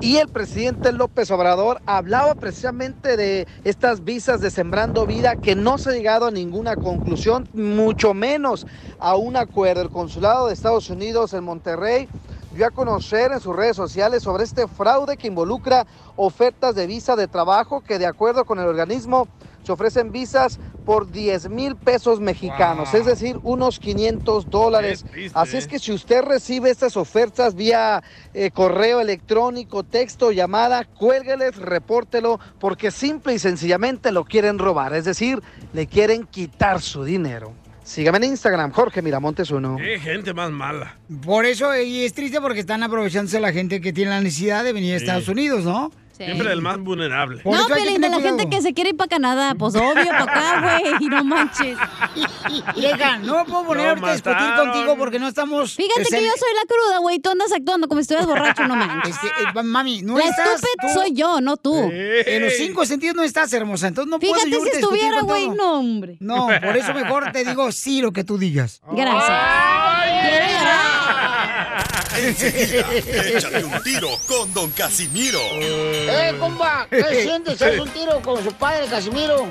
y el presidente López Obrador hablaba precisamente de estas visas de Sembrando Vida que no se ha llegado a ninguna conclusión, mucho menos a un acuerdo. El consulado de Estados Unidos en Monterrey dio a conocer en sus redes sociales sobre este fraude que involucra ofertas de visa de trabajo que de acuerdo con el organismo se ofrecen visas por 10 mil pesos mexicanos,
Wow.
es decir, unos 500 dólares. Así es que si usted recibe estas ofertas vía eh, correo electrónico, texto, llamada, cuélgueles, repórtelo, porque simple y sencillamente lo quieren robar, es decir, le quieren quitar su dinero. Sígame en Instagram, Jorge Miramontes uno.
Qué gente más mala.
Por eso, eh, y es triste porque están aprovechándose la gente que tiene la necesidad de venir a
Sí.
Estados Unidos, ¿no?
Siempre el más vulnerable.
Por
No,
eso hay que
Pelín, de
tener
la
cuidado.
gente que se quiere ir para Canadá, pues obvio, para acá, güey, y no manches.
Deja, no me puedo poner
Lo
ahorita a discutir
mataron.
contigo porque no estamos...
Fíjate que yo soy la cruda, güey, tú andas actuando como si estuvieras borracho, no manches.
eh, Este, mami, no
La
estás
estúpida
tú-
soy yo, no tú.
En los cinco sentidos no estás hermosa, entonces no
Fíjate
puedo yo
si
ahorita discutir
estuviera,
con
güey,
todo.
no, hombre.
No, por eso mejor te digo sí lo que tú digas.
Gracias.
Enseguida, échate un tiro con Don Casimiro.
¡Eh, compa! ¿Qué sientes? ¿Haz un tiro con su padre, Casimiro?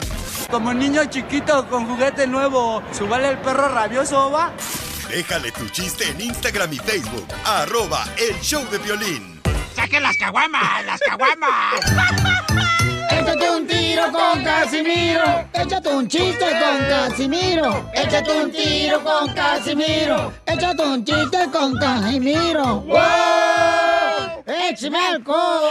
Como niño chiquito con juguete nuevo, subale el perro rabioso, va.
Déjale tu chiste en Instagram y Facebook, arroba el show de violín.
¡Saquen las caguamas! ¡Las caguamas!
Échate un tiro con Casimiro. Échate un chiste con Casimiro. Échate un tiro con Casimiro. Échate un chiste con Casimiro. ¡Wow! ¡Échame alcohol!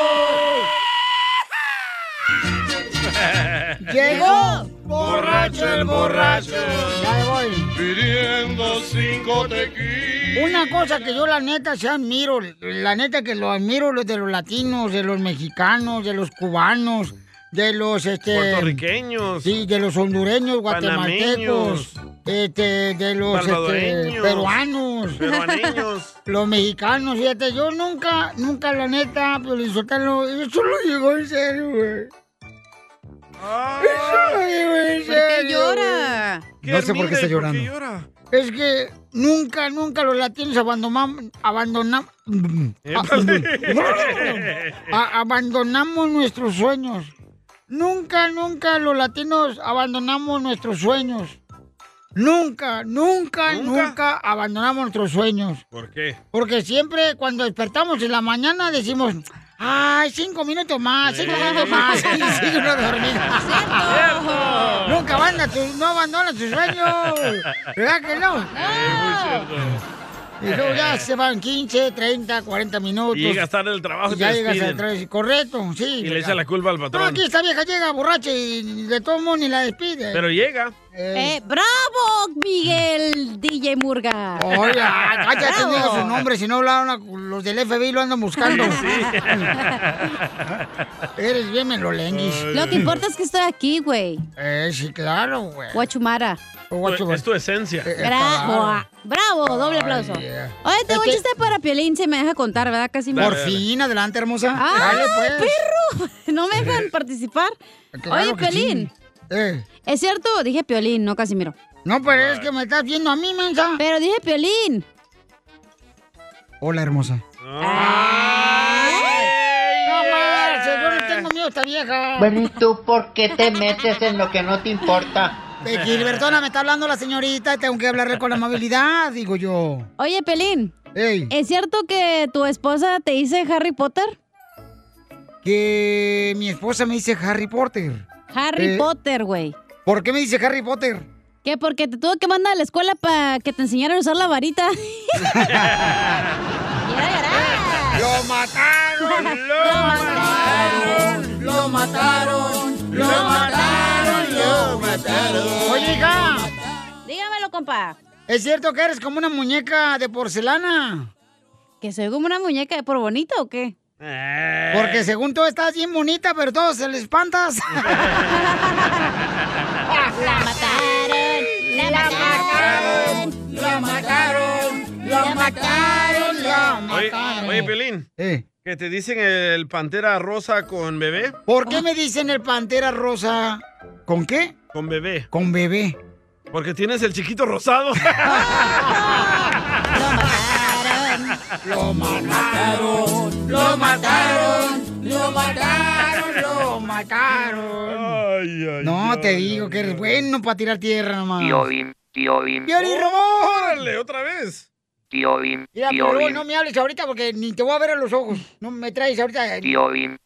¡Llegó!
Borracho el borracho. Ya voy.
Pidiendo cinco tequilas.
Una cosa que yo la neta se admiro, la neta que lo admiro los de los latinos, de los mexicanos, de los cubanos, de los este
Puertorriqueños.
Sí, de los hondureños, guatemaltecos,
Panameños.
este, de los este,
Salvadoreños.
peruanos,
Peruaneños.
los mexicanos, fíjate, yo nunca, nunca la neta, Piolizotelo, eso lo llegó en serio, güey. Eso lo llegó en
¿Por qué
serio,
llora?
güey.
No sé por qué está llorando.
Es que nunca, nunca los latinos abandonamos, abandonamos, Ah, a- abandonamos nuestros sueños. Nunca, nunca los latinos abandonamos nuestros sueños. Nunca, nunca, nunca, abandonamos nuestros sueños.
¿Por qué?
Porque siempre cuando despertamos en la mañana decimos, ay, cinco minutos más, cinco minutos más, y sigue uno dormido. Nunca abandona tus- no abandona tus sueños. ¿Verdad que no? Y luego ya se van 15, 30, 40 minutos.
Y llegas tarde del trabajo y
Y ya
te
llegas
despiden.
atrás, correcto, sí.
Y le
¿verdad?
echa la culpa al
No,
patrón.
aquí esta vieja llega borracha y de todo mundo ni la despide.
Pero llega.
Eh.
Eh, ¡Bravo, Miguel DJ Murga!
Oye, ah, cállate,
Bravo.
no digas su nombre, si no hablaron a- los del FBI lo andan buscando. Eres bien melolenguis.
Lo que importa es que estoy aquí, güey.
Eh, sí, claro, güey.
Guachumara.
Tu- Es tu esencia.
Eh,
Bravo.
Ah.
Bravo, doble aplauso. Oye, tengo un chiste para Piolín, se me deja contar, ¿verdad, Casimiro?
Este- Por fin, adelante, hermosa.
¡Ah,
Dale, pues.
perro! No me dejan participar.
Claro
Oye,
que Eh.
Piolín. Es cierto, dije Piolín, no Casimiro.
No, pero es que me estás viendo a mí, mensa.
Pero dije Piolín.
Hola, hermosa.
No marches, yo no tengo miedo a esta vieja.
Bueno, ¿y tú por qué te metes en lo que no te importa?
Eh, Gilbertona, me está hablando la señorita y tengo que hablarle con amabilidad, digo yo.
Oye, Pelín. ¿Es cierto que tu esposa te dice Harry Potter?
Que mi esposa me dice Harry Potter.
Harry
Eh,
Potter, güey.
¿Por qué me dice Harry Potter?
¿Qué? Porque te tuvo que mandar a la escuela para que te enseñaran a usar la varita.
¡Lo mataron!
¡Lo mataron!
¡Lo mataron!
¡Lo mataron! ¡Lo mataron!
Oye, hija,
Dígamelo, compa.
¿es cierto que eres como una muñeca de porcelana?
¿Que soy como una muñeca de por bonita o qué?
Porque según tú estás bien bonita, pero todos se le espantas.
¡La mataron! ¡La mataron! ¡La mataron! ¡La mataron! ¡La
Oye,
mataron!
oye, Pelín. Que te dicen el pantera rosa con bebé.
¿Por qué me dicen el pantera rosa? ¿Con qué?
Con bebé.
Con bebé.
Porque tienes el chiquito rosado.
¡Lo mataron! ¡Lo mataron! ¡Lo mataron! ¡Lo mataron!
no, te digo que eres bueno para tirar tierra nomás.
Piolín, Piolín.
¡Piolín Ramón! ¡Órale,
otra vez!
Piolín,
Mira, pero
Piolín,
no me hables ahorita porque ni te voy a ver a los ojos. No me traes ahorita.
Piolín,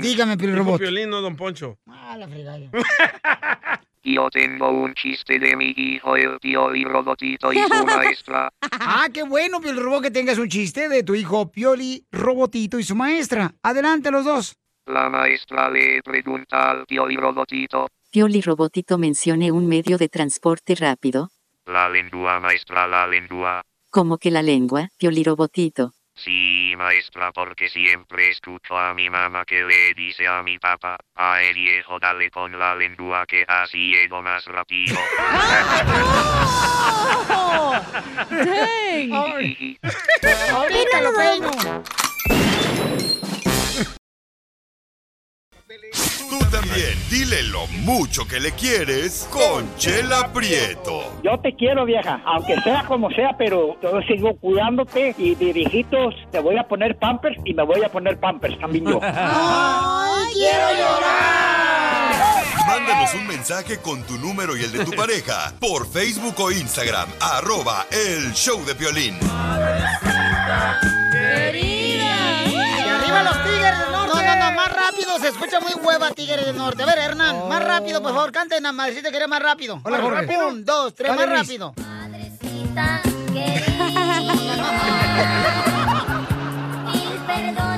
Piolín
Dijo
Robot.
Piolín, no Don Poncho.
Ah, la fregada.
Yo tengo un chiste de mi hijo, el Piolín Robotito y su maestra.
Ah, qué bueno, Pioli Robot, que tengas un chiste de tu hijo Pioli Robotito y su maestra. Adelante los dos.
La maestra le pregunta al Piolín Robotito.
Pioli Robotito mencione un medio de transporte rápido,
La lengua, maestra, la lengua.
como que la lengua, Pioli Robotito.
Sí, maestra, porque siempre escucho a mi mamá que le dice a mi papá, a el viejo dale con la lengua que así llego más rápido.
¡Oh!
Ay.
Ahorita lo peino.
Tú también, dile lo mucho que le quieres con Chela Prieto.
Yo te quiero, vieja, aunque sea como sea, pero yo sigo cuidándote y de viejitos te voy a poner pampers y me voy a poner pampers también yo.
¡Ay, quiero llorar!
Mándanos un mensaje con tu número y el de tu pareja por Facebook o Instagram, arroba el show de violín.
¡Y arriba los tigres del norte! No, no, no, más rápido, se escucha muy hueva tigres del norte. A ver, Hernán, más rápido, por favor, cante, nada más, si te querés más rápido.
Hola, Jorge.
Un, dos, tres,
Dale,
más
Luis.
rápido.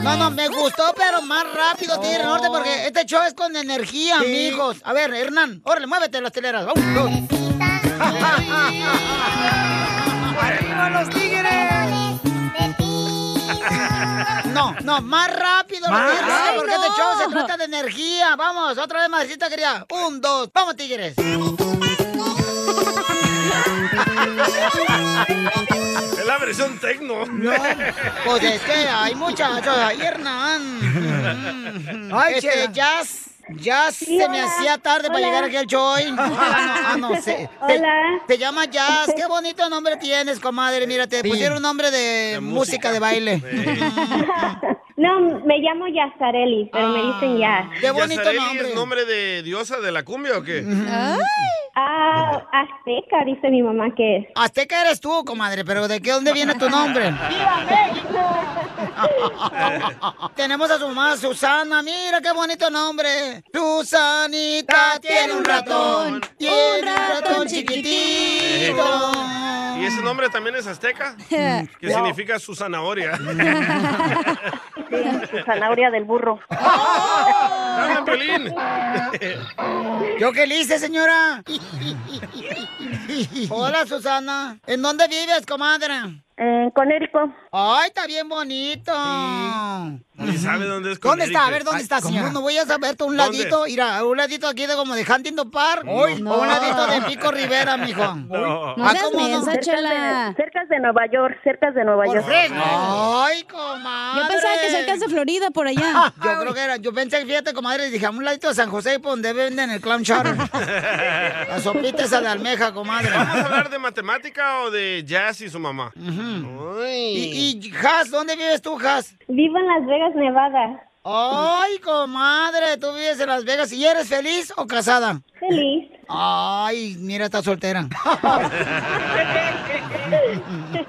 No, no, me gustó, pero más rápido, Tigre del Norte, porque este show es con energía,
Sí.
amigos. A ver, Hernán, órale, muévete las teleras. Vamos, dos. ¡Arriba los tigres! No, no, más rápido,
Más
los tigres,
rápido.
porque
Ay,
este
no.
show se trata de energía. Vamos, otra vez, madrecita querida. Un, dos, vamos, tigres.
Es la versión tecno.
No, Pues es que hay muchachos, ahí Hernán.
Ay,
este,
Chela.
ya, s- ya se me
hola.
hacía tarde para
Hola.
llegar aquí al show hoy. Ah, no, ah, no, se- te-
Hola.
Te, llama Jazz. Qué bonito nombre tienes, comadre. Mira, te
Sí.
pusieron un nombre de, música. de baile. Mm.
No, me llamo Yazareli, pero me dicen Yaz.
¿Y Yazareli es nombre de diosa de la cumbia o qué?
Ah, Azteca, dice mi mamá que es.
Azteca eres tú, comadre, pero ¿de qué dónde viene tu nombre? Tenemos a su mamá, Susana. Mira qué bonito nombre. Susanita Ah, tiene un ratón. Tiene un ratón chiquitito.
¿Y ese nombre también es azteca? Que
No.
significa su zanahoria.
Zanahoria del burro.
¡Dame, Pelín!
¿Yo qué le hice, señora? Hola, Susana. ¿En dónde vives, comadre?
En Conérico.
Ay, está bien bonito.
Ni sabe dónde es
¿Dónde está? A
Connecticut.
ver, ¿dónde está,
Ay,
señora? No voy a saber, tú un
¿Dónde?
ladito, mira, un ladito aquí de como de Huntington Park, o un ladito de Pico Rivera, mijo.
No,
Ah, ¿cómo no?
Cerca de, cerca de Nueva York, cerca de Nueva York.
Ay, comadre.
Yo pensaba que cerca
de Florida, por allá. Yo creo que era, yo pensé, fíjate, comadre, dije, a un ladito de San José, por donde venden el clown chowder. La sopita esa de almeja, comadre.
¿Vamos a hablar de matemática o de jazz y su mamá?
Y, y Has, ¿dónde vives tú, Has?
Vivo en Las Vegas, Nevada.
Ay, comadre, tú vives en Las Vegas y eres feliz o casada?
Feliz.
Ay, mira, está soltera.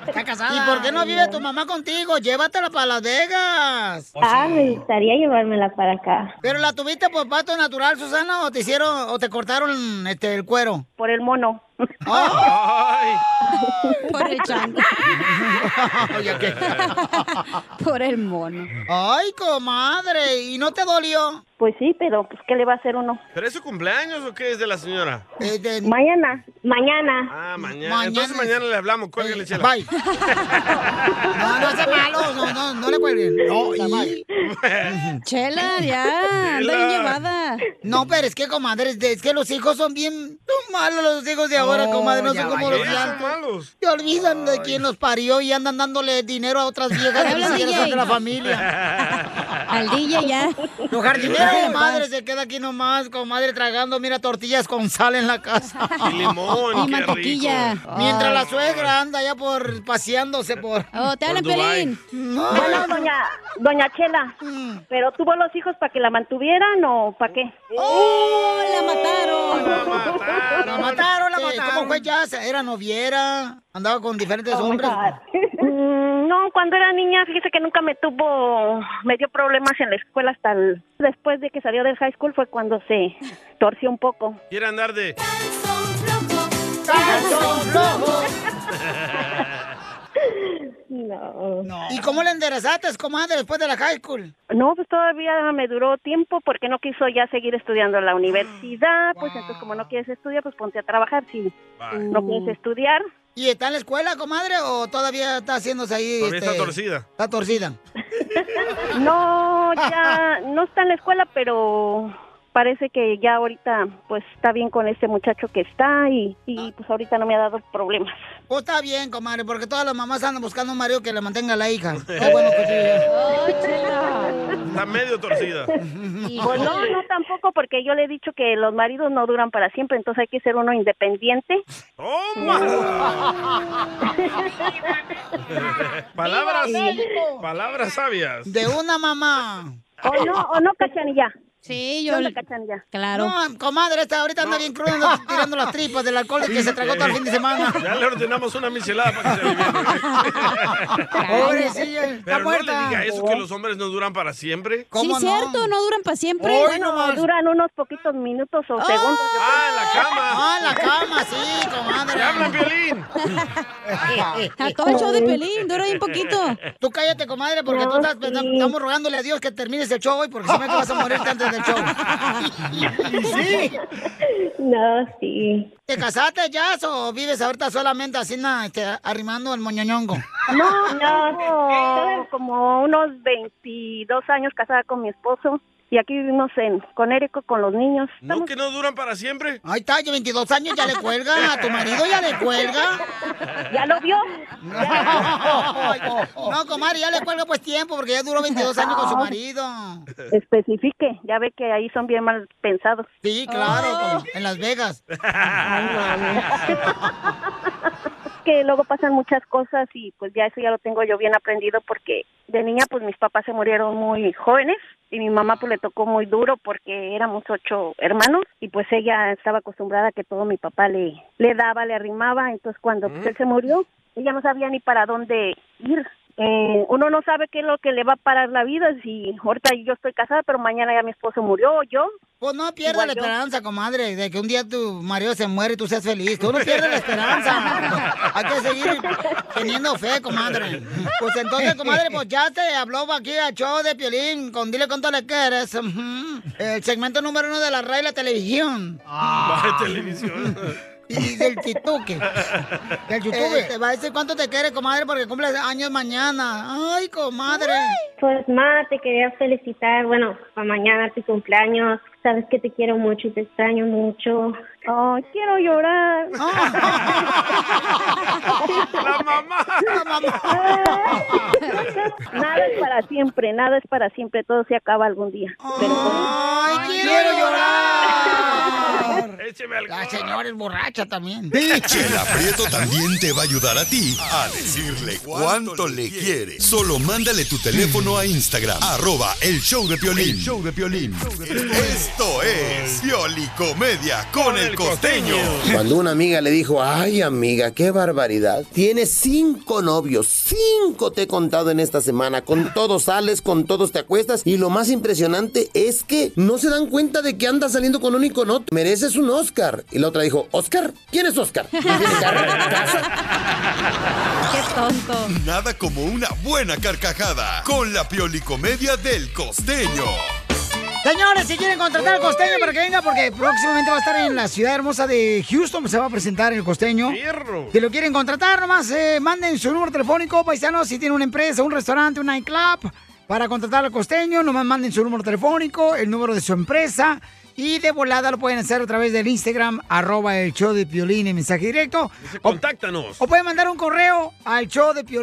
Está casada. ¿Y por qué no vive tu mamá contigo? Llévatela para Las Vegas.
Ah, me gustaría llevármela para acá.
¿Pero la tuviste por pato natural, Susana, o te hicieron, o te cortaron este, el cuero? Oh.
Por el mono.
Por el chango.
Por el mono. Ay, comadre, ¿y no te dolió?
Pues sí, pero pues, ¿qué le va a hacer uno?
¿Pero es su cumpleaños o qué es de la señora?
Eh,
Mañana. Mañana.
Ah, mañana. Entonces mañana le hablamos. Cuélguele, chela.
eh, Bye. No, no sea malo, no, no, no le cuelguen. No, y...
Chela, ya, anda bien llevada.
No, pero es que, comadre, es de- es que los hijos son bien son malos los hijos de ahora,
Oh,
comadre, no
ya
sé cómo los
vaya.
dan.
Son
malos.
Se olvidan de quién los parió y andan dándole dinero a otras viejas que ni
Habla,
siquiera
DJ.
son de la familia.
Al
ya. Los jardineros, comadre, se queda aquí nomás, comadre, tragando, mira, tortillas con sal en la casa.
Y limón, Y qué mantequilla. rico.
Mientras la
Ay.
suegra anda ya por paseándose por...
Oh, te
hablan,
hablan, Por Dubái. Piolín. Bueno, doña, doña Chela, ¿pero tuvo los hijos para que la mantuvieran o para qué?
¡Oh, la mataron! ¡La mataron! ¡La Oh, mataron, la mataron! ¿Cómo fue ya? Era noviera, andaba con diferentes hombres.
Oh Mm, No, cuando era niña, fíjese que nunca me tuvo, me dio problemas en la escuela hasta el- después de que salió del high school fue cuando se torció un poco.
Quiere andar de...
No.
¿Y cómo le enderezaste, comadre, después de la high school?
No, pues todavía me duró tiempo porque no quiso ya seguir estudiando en la universidad, pues entonces como no quieres estudiar, pues ponte a trabajar si no quieres estudiar.
¿Y está en la escuela, comadre, o todavía está haciéndose ahí? este,
Todavía está
torcida.
Está torcida.
No, ya no está en la escuela, pero parece que ya ahorita pues está bien con este muchacho que está y, y pues ahorita no me ha dado problemas.
Pues está bien, comadre, porque todas las mamás andan buscando un marido que le mantenga a la hija. Qué bueno que sí.
Está medio torcida.
Pues no, no tampoco porque yo le he dicho que los maridos no duran para siempre, entonces hay que ser uno independiente.
Palabras,
¡Viva México!
palabras sabias.
De una mamá.
¿O no, o no, cachanilla?
Sí,
yo- ¿Qué onda, cachanilla?
Claro.
No, comadre, esta ahorita anda bien cruda, anda tirando las tripas del alcohol que se tragó todo el fin de semana.
Ya le ordenamos una michelada para que se
Pobrecilla,
aliviane.
está
Pero no le
muerta.
diga eso que los hombres no duran para siempre.
Sí,
no?
cierto, no duran para siempre. Bueno, duran unos poquitos minutos o segundos.
Ah, la cama.
Ah, la cama, sí, comadre.
hablan, Piolín?
Acaba
el show de
Pelín, dura un
poquito.
Tú cállate, comadre, porque
No,
tú estás, pues,
sí.
estamos rogándole a Dios que termines el show hoy, porque si no te vas a morirte antes del show. sí.
No, sí.
¿Te casaste ya o vives ahorita solamente así, na, este, arrimando el moñoñongo?
No, no. Estuve como unos 22 años casada con mi esposo y aquí vivimos en Conérico con los niños.
¿No que no duran para siempre?
Ahí está, yo 22 años ya le cuelga, a tu marido ya le cuelga.
¿Ya lo vio?
No, no, comadre, ya le cuelga pues tiempo, porque ya duró 22 años con su marido.
Especifique, ya ve que ahí son bien mal pensados.
Sí, claro, como en Las Vegas.
que luego pasan muchas cosas y pues ya eso ya lo tengo yo bien aprendido porque de niña pues mis papás se murieron muy jóvenes y mi mamá pues le tocó muy duro porque éramos ocho hermanos y pues ella estaba acostumbrada a que todo mi papá le, le daba, le arrimaba, entonces cuando pues, él se murió ella no sabía ni para dónde ir. Eh, uno no sabe qué es lo que le va a parar la vida si ahorita yo estoy casada pero mañana ya mi esposo murió o yo.
Pues no pierda
Igual
la
yo.
esperanza, comadre, de que un día tu marido se muere y tú seas feliz. Tú no pierdes la esperanza. Hay que seguir teniendo fe, comadre. Pues entonces, comadre, pues ya te habló aquí al show de Piolín con Dile Cuánto Le Quieres. ujú. El segmento número uno de la radio y la televisión.
Baja televisión.
Y del tituque. Del
YouTube.
Eh, te va a decir cuánto te quiere, comadre, porque cumple años mañana. Ay, comadre.
Pues, Ma, te quería felicitar. Bueno, para mañana tu cumpleaños. Sabes que te quiero mucho y te extraño mucho.
Oh, quiero llorar.
La mamá.
La mamá.
Nada es para siempre, nada es para siempre, todo se acaba algún día. Pero
Ay, quiero llorar.
Écheme alcohol.
La señora es borracha también.
Chela Prieto también te va a ayudar a ti a decirle cuánto le quiere. Solo mándale tu teléfono a Instagram, arroba el show de Piolín.
El
show de Piolín. Esto es Piolicomedia con el costeño.
Cuando una amiga le dijo, ay amiga, qué barbaridad. Tienes cinco novios, cinco te he contado en esta semana. Con todos sales, con todos te acuestas. Y lo más impresionante es que no se dan cuenta de que andas saliendo con un y con otro. Mereces un Oscar. Y la otra dijo, Oscar, ¿quién es Oscar? ¿No tiene carro?
Qué tonto. Nada como una buena carcajada con la Piolicomedia del costeño.
Señores, si quieren contratar al costeño para que venga, porque próximamente va a estar en la ciudad hermosa de Houston, se va a presentar el costeño. Si lo quieren contratar, nomás eh, manden su número telefónico, paisanos, si tienen una empresa, un restaurante, un nightclub, para contratar al costeño, nomás manden su número telefónico, el número de su empresa. Y de volada lo pueden hacer a través del Instagram, arroba el show de Piolín en mensaje directo.
Contáctanos.
O pueden mandar un correo al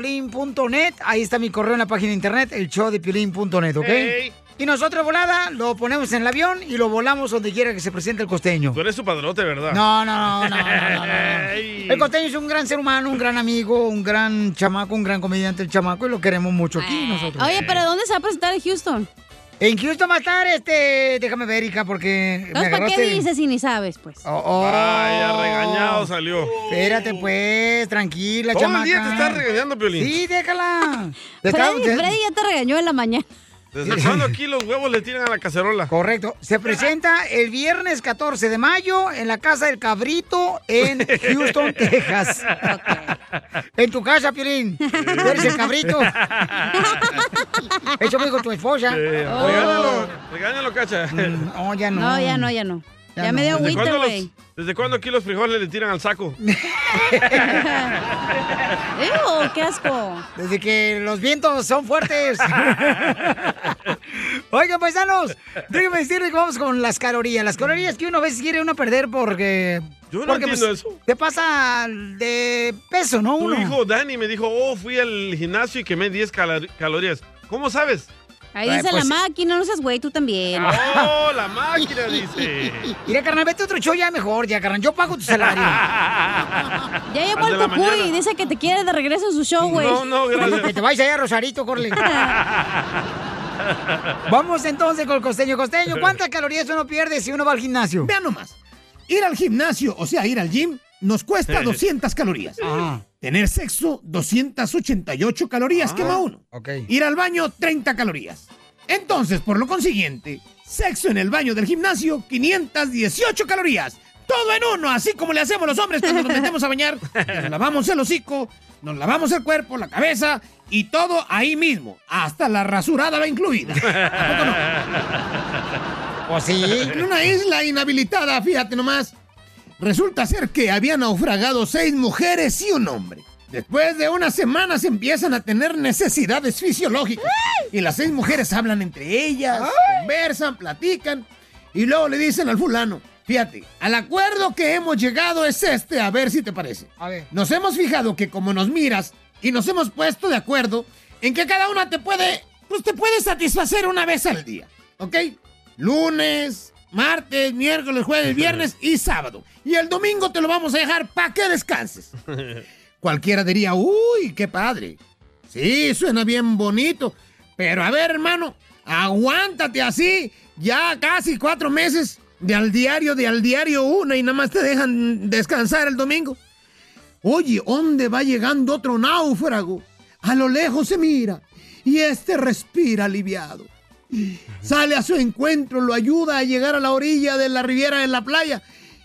showdepiolín.net. Ahí está mi correo en la página de internet, el showdepiolín.net, ¿ok?
Ey.
Y nosotros volada lo ponemos en el avión y lo volamos donde quiera que se presente el costeño.
Tú eres su padrote, ¿verdad?
No, no, no, no, no, no,
Ey.
El costeño es un gran ser humano, un gran amigo, un gran chamaco, un gran comediante, el chamaco, y lo queremos mucho aquí nosotros.
Oye, ¿pero dónde se va a presentar en Houston?
En Houston va a estar este. Déjame ver, Ica, porque. Oh,
Entonces, ¿para qué dices si ni sabes, pues?
Vaya, regañado salió.
Espérate, pues, tranquila,
Todo
chamaca.
el día te estás regañando, Piolín.
Sí, déjala. Te está-
Freddy,
te-
Freddy ya te regañó en la mañana.
¿Desde cuándo aquí los huevos le tiran a la cacerola?
Correcto. Se presenta el viernes 14 de mayo en la Casa del Cabrito en Houston, Texas. En tu casa, Piolín. Tú eres el cabrito. Eso me dijo tu esposa. Oh.
Regáñalo, regáñalo, cacha.
Mm, No, ya no.
No, ya no, ya no. Ya, me dio
¿Desde
agüita,
cuándo, los-
güey.
¿Desde cuándo aquí los frijoles le tiran al saco?
¡Ew, qué asco!
Desde que los vientos son fuertes. Oigan, paisanos, déjenme decirles que vamos con las calorías. Las calorías que uno a veces quiere uno perder porque...
Yo no
porque,
entiendo
pues,
eso.
Te pasa de peso, ¿no?
Tu
Uno.
hijo Dani me dijo, oh, fui al gimnasio y quemé 10 calor- calorías. ¿Cómo sabes?
Ahí
Ay,
dice
pues-
la máquina, no seas güey, tú también.
¡Oh, la máquina dice!
Mira, carnal, vete a otro show ya mejor, ya, carnal. Yo pago tu salario.
Ya llegó
Al de
el
la
Cucuy,
mañana.
dice que te quiere de regreso a su show, güey.
No, no, gracias. Que te vayas allá, Rosarito, corle. Vamos entonces con el costeño. Costeño, ¿cuántas calorías uno pierde si uno va al gimnasio?
Vean nomás. Ir al gimnasio, o sea, ir al gym, nos cuesta 200 calorías.
Ah.
Ajá.
Tener sexo, 288 calorías,
Ah.
quema uno.
Ok.
Ir al baño, 30 calorías. Entonces, por lo consiguiente, sexo en el baño del gimnasio, 518 calorías. Todo en uno, así como le hacemos los hombres cuando nos metemos a bañar. Nos lavamos el hocico, nos lavamos el cuerpo, la cabeza y todo ahí mismo. Hasta la rasurada va incluida.
¿O Pues sí?
En una isla inhabilitada, fíjate nomás. Resulta ser que habían naufragado seis mujeres y un hombre. Después de unas semanas empiezan a tener necesidades fisiológicas. Y las seis mujeres hablan entre ellas, conversan, platican. Y luego le dicen al fulano, fíjate, al acuerdo que hemos llegado es este, a ver si te parece.
A ver.
Nos hemos fijado que como nos miras y nos hemos puesto de acuerdo en que cada una te puede, pues te puede satisfacer una vez al día, ¿ok? Lunes, martes, miércoles, jueves, viernes y sábado. Y el domingo te lo vamos a dejar para que descanses. Cualquiera diría, uy, qué padre. Sí, suena bien bonito. Pero a ver, hermano, aguántate así. Ya casi cuatro meses de al diario, de al diario una y nada más te dejan descansar el domingo. Oye, ¿dónde va llegando otro náufrago? A lo lejos se mira y este respira aliviado. Sale a su encuentro, lo ayuda a llegar a la orilla de la riviera de la playa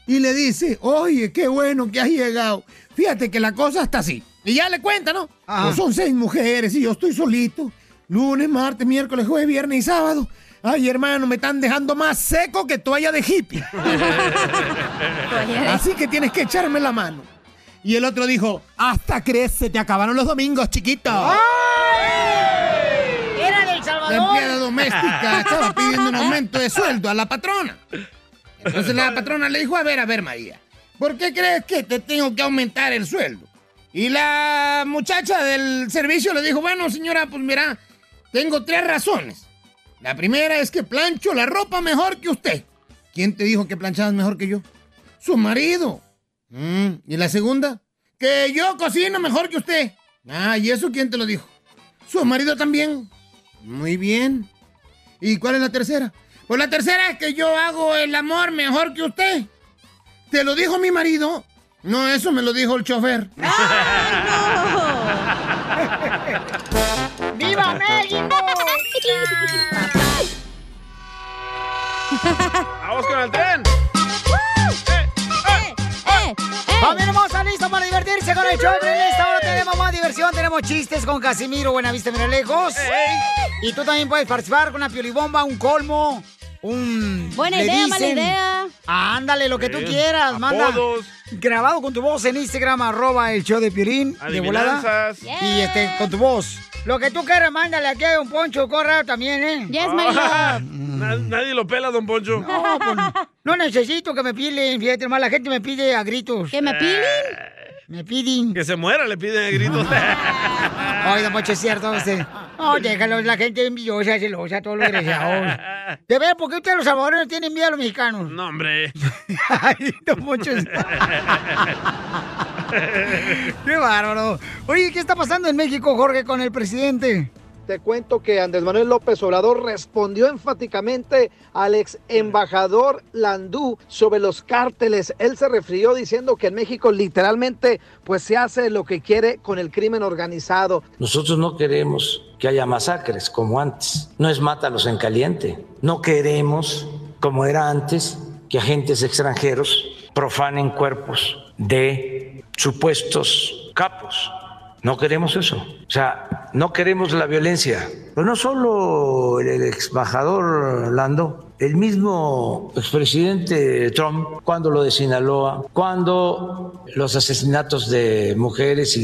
y le dice, oye, qué bueno que has llegado. Fíjate que la cosa está así. Y ya le cuenta, ¿no? Pues son seis mujeres y yo estoy solito. Lunes, martes, miércoles, jueves, viernes y sábado. Ay, hermano, me están dejando más seco que toalla de hippie. Así que tienes que echarme la mano. Y el otro dijo, hasta crees, se te acabaron los domingos, chiquito.
Era del
La empleada doméstica estaba pidiendo un aumento de sueldo a la patrona. Entonces la patrona le dijo, a ver, a ver, María, ¿por qué crees que te tengo que aumentar el sueldo? Y la muchacha del servicio le dijo, bueno, señora, pues mira, tengo tres razones. La primera es que plancho la ropa mejor que usted. ¿Quién te dijo que planchabas mejor que yo? Su marido. Mm, ¿Y la segunda? Que yo cocino mejor que usted. Ah, ¿y eso quién te lo dijo? Su marido también. Muy bien. ¿Y cuál es la tercera? Pues la tercera es que yo hago el amor mejor que usted. ¿Te lo dijo mi marido? No, eso me lo dijo el chofer.
¡Viva México!
¡Vamos con el tren! Eh, ah.
Eh,
Eh,
¡Familia hermosa, listo para divertirse con el show! de Piolín! Ahora tenemos más diversión, tenemos chistes con Casimiro, Buenavista, Miralejos. Y tú también puedes participar con una piolibomba, un colmo, un...
Buena
le
idea, mala
dicen.
idea.
Ándale, lo que tú quieras, manda.
apodos.
Grabado con tu voz en Instagram, arroba el show de Piolín, de volada.
Adivinanzas.
Y este, con tu voz. Lo que tú quieras, mándale aquí a un poncho, corra también, ¿eh?
Ah, na- nadie lo pela, don Poncho.
No, pues, no necesito que me pilen, fíjate, nomás la gente me pide a gritos. ¿Que
me pilen?
Me piden.
Eh. Que se muera, le piden a gritos.
Ay, don Poncho, pues, es cierto, usted. No, déjalo, la gente envidiosa, celosa, todos los desgraciados. De ver, ¿por qué ustedes los salvadoreños tienen miedo a los mexicanos?
No, hombre.
Ay, don Poncho, es- qué bárbaro. Oye, ¿qué está pasando en México, Jorge, con el presidente?
Te cuento que Andrés Manuel López Obrador respondió enfáticamente al ex embajador Landú sobre los cárteles. Él se refirió diciendo que en México literalmente pues se hace lo que quiere con el crimen organizado.
Nosotros no queremos que haya masacres como antes. No es mátalos en caliente. No queremos, como era antes, que agentes extranjeros profanen cuerpos de supuestos capos. No queremos eso. O sea, no queremos la violencia. Pero no solo el ex embajador Lando, el mismo expresidente Trump, cuando lo de Sinaloa, cuando los asesinatos de mujeres y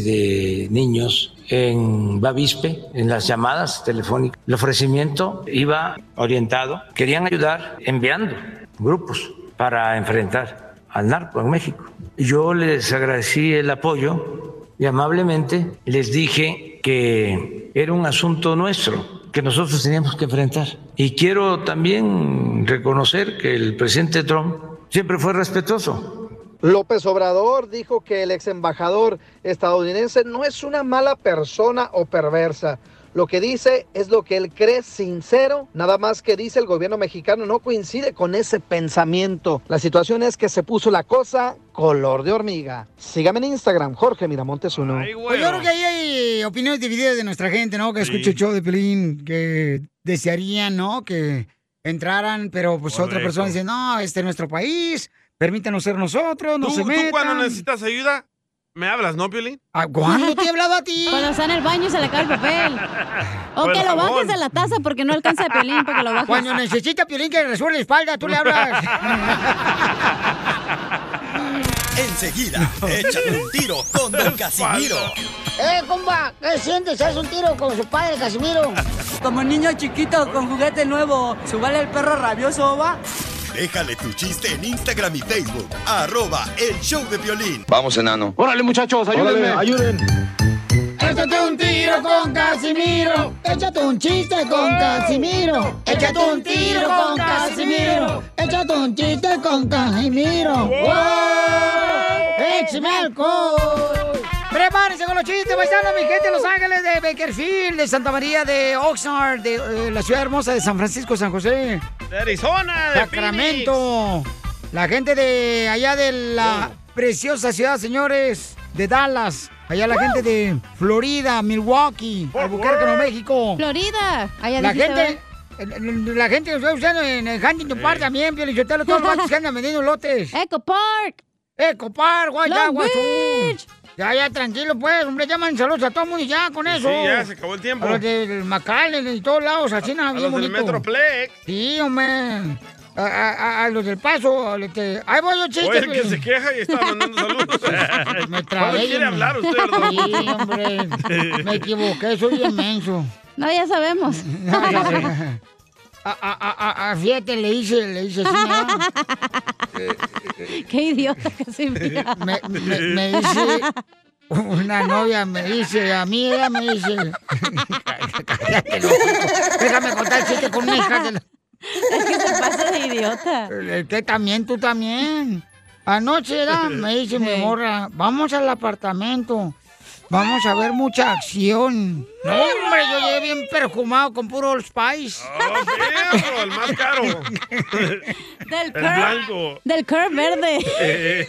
de niños en Bavispe, en las llamadas telefónicas, el ofrecimiento iba orientado, querían ayudar enviando grupos para enfrentar al narco en México. Yo les agradecí el apoyo y amablemente les dije que era un asunto nuestro que nosotros teníamos que enfrentar. Y quiero también reconocer que el presidente Trump siempre fue respetuoso
López Obrador dijo que el ex embajador estadounidense no es una mala persona o perversa. Lo que dice es lo que él cree sincero, nada más que dice el gobierno mexicano no coincide con ese pensamiento. La situación es que se puso la cosa color de hormiga. Sígame en Instagram, Jorge Miramontes uno.
Pues yo creo que ahí hay opiniones divididas de nuestra gente, ¿no? Que
Sí.
escucha el show de Pelín, que desearían, ¿no? Que entraran, pero pues otra
Correcto.
persona dice, no, este es nuestro país, permítanos ser nosotros, no
¿Tú,
se
tú
metan.
cuando necesitas ayuda, me hablas, ¿no, Piolín?
Ah, ¿Cuándo te he hablado a ti?
Cuando está en el baño y se le cae el papel. O
Por
que lo
favor.
bajes de la taza porque no alcanza el piolín para que lo bajes.
Cuando necesita Piolín que le resuelva la espalda, tú le hablas.
Enseguida, échate un tiro con Don Casimiro.
¡Eh, compa! ¿Qué sientes? ¿Haz un tiro con su padre, Casimiro?
Como niño chiquito con juguete nuevo, subale el perro rabioso, va.
Déjale tu chiste en Instagram y Facebook, arroba el show de violín.
Vamos, enano.
Órale, muchachos,
ayúdenme.
ayuden.
Échate un tiro con Casimiro. Échate un chiste con
¡Oh!
Casimiro. Échate un tiro con Casimiro. Échate un chiste con
¡Oh!
Casimiro.
Yeah.
¡Wow! ¡Échame alcohol!
Prepárense con los chistes, paisanos, mi gente de Los Ángeles, de Bakersfield, de Santa María, de Oxnard, de eh, la ciudad hermosa de San Francisco, San José,
De Arizona, de Phoenix.
Sacramento, la gente de allá de la preciosa ciudad, señores, de Dallas, allá la gente de Florida, Milwaukee, Albuquerque, Nuevo México.
Florida. Allá
La
dijiste,
gente, la gente que está usando en el Huntington Park también, Pio Lichotelo, todos los vatos que andan vendiendo lotes. Eco Park. Eco Park, guay, ya,
Long
guay, tú. Ya, ya, tranquilo, pues, hombre, llaman saludos a todo el mundo y ya con eso.
ya, se acabó el tiempo.
A los del Macallen y todos lados, así nada,
a
bien
los del
bonito.
Metroplex.
Sí, hombre. A, a- a- a los del paso, a los que... Ahí voy yo, chiste.
Oye, el que
Pio.
se queja y está mandando saludos.
Me
¿Cuándo
trabé,
quiere
hombre.
hablar usted, verdad?
Sí, hombre. Me equivoqué, soy inmenso.
No, ya sabemos.
A, a- a- a- fíjate, le hice, le hice así, ¿no?
Qué idiota que se
me, me, me dice una novia, me dice, a mí ella me dice. Cállate, loco. Déjame contar chiste con una hija de la-
Es que se pasa de idiota.
El que también, tú también. Anoche era, me dice mi morra, vamos al apartamento. Vamos a ver mucha acción. No, hombre, yo llegué bien perfumado con puro Old Spice.
Perro, Oh, el más caro.
Del
El blanco.
Del curve
Eh,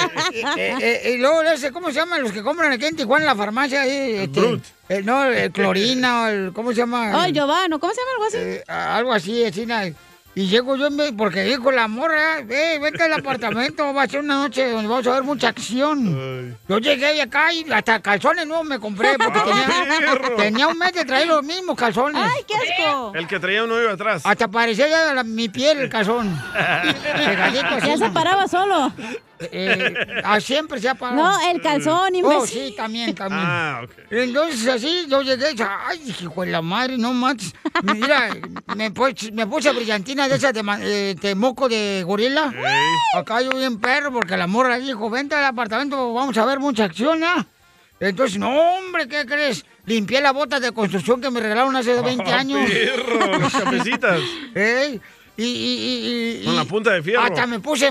Eh, eh, y luego le hace, ¿cómo se llama los que compran aquí en Tijuana en la farmacia? ahí, este,
Brut.
eh, no, el clorina, o el, ¿cómo se llama?
Ay, Giovanni, ¿cómo se llama algo así?
a- algo así, así, na- Y llego yo, en vez- porque dijo la morra, eh, vete al apartamento, va a ser una noche donde vamos a ver mucha acción. Yo llegué y acá y hasta calzones nuevos me compré, porque tenía, tenía un mes de traer los mismos calzones. ¡Ay,
qué asco!
El que traía uno iba atrás.
Hasta parecía ya la- mi piel el calzón. Pegadito así.
Ya se paraba solo.
Eh, ah, siempre se ha parado.
No, el calzón, imbécil.
Oh, sí, también, también.
Ah, ok.
Entonces, así, yo llegué y dije, ay, hijo de la madre, no mates. Mira, me puse, me puse brillantina de esas de, ma- eh, de moco de gorila. Acá yo bien perro, porque la morra dijo, vente al apartamento, vamos a ver mucha acción, ¿ah? Entonces, no, hombre, ¿qué crees? Limpié las botas de construcción que me regalaron hace 20 años.
Perro, las chapecitas.
Ey, Y, y- y- y-
Con la punta de fierro.
Hasta me puse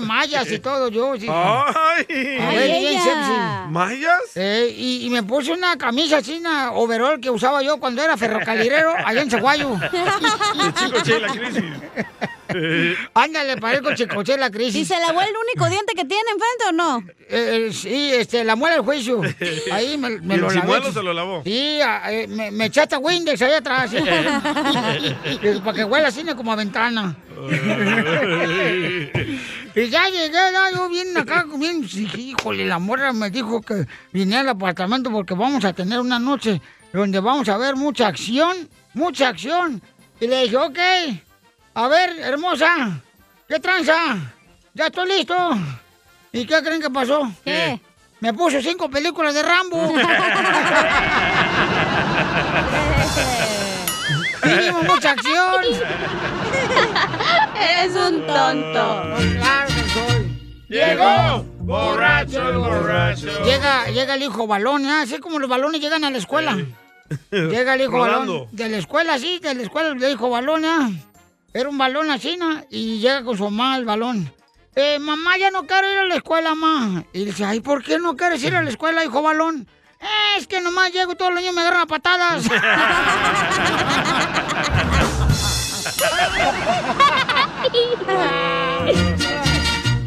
mallas y todo yo. sí.
Ay.
A ver,
Ay,
bien
ella.
sexy.
¿Mallas?
Eh, y, y me puse una camisa así, una overall que usaba yo cuando era ferrocarrilero allá en Zaguayo.
El chico Che y la crisis. Eh,
Ándale, parezco chicoche la crisis.
¿Y se lavó el único diente que tiene enfrente o no?
sí, este, la muela del juicio. Ahí me, me
¿Y
lo
el
lavé.
chimuelo se lo lavó?
Sí, a- eh, me, me echaste a Windex allá atrás. Y Para que huela así como a ventana. Y ya llegué, ya yo bien acá, bien, sí, híjole, la morra me dijo que vine al apartamento porque vamos a tener una noche donde vamos a ver mucha acción, mucha acción. Y le dije, ok, a ver, hermosa, ¿qué tranza? Ya estoy listo. ¿Y qué creen que pasó?
¿Qué?
Me puso cinco películas de Rambo. Mínimo mucha acción.
Eres un tonto.
Claro que soy.
Llegó borracho el borracho.
Llega, llega el hijo balón, ¿eh? así como los balones llegan a la escuela. Llega el hijo
Rolando.
balón. De la escuela, sí, de la escuela le dijo balón, ¿eh? Era un balón así, ¿no? Y llega con su mamá el balón. Eh, mamá, ya no quiero ir a la escuela, mamá. Y dice, ay, ¿por qué no quieres ir a la escuela, hijo balón? "Eh, es que nomás llego y todos los niños me agarran a patadas.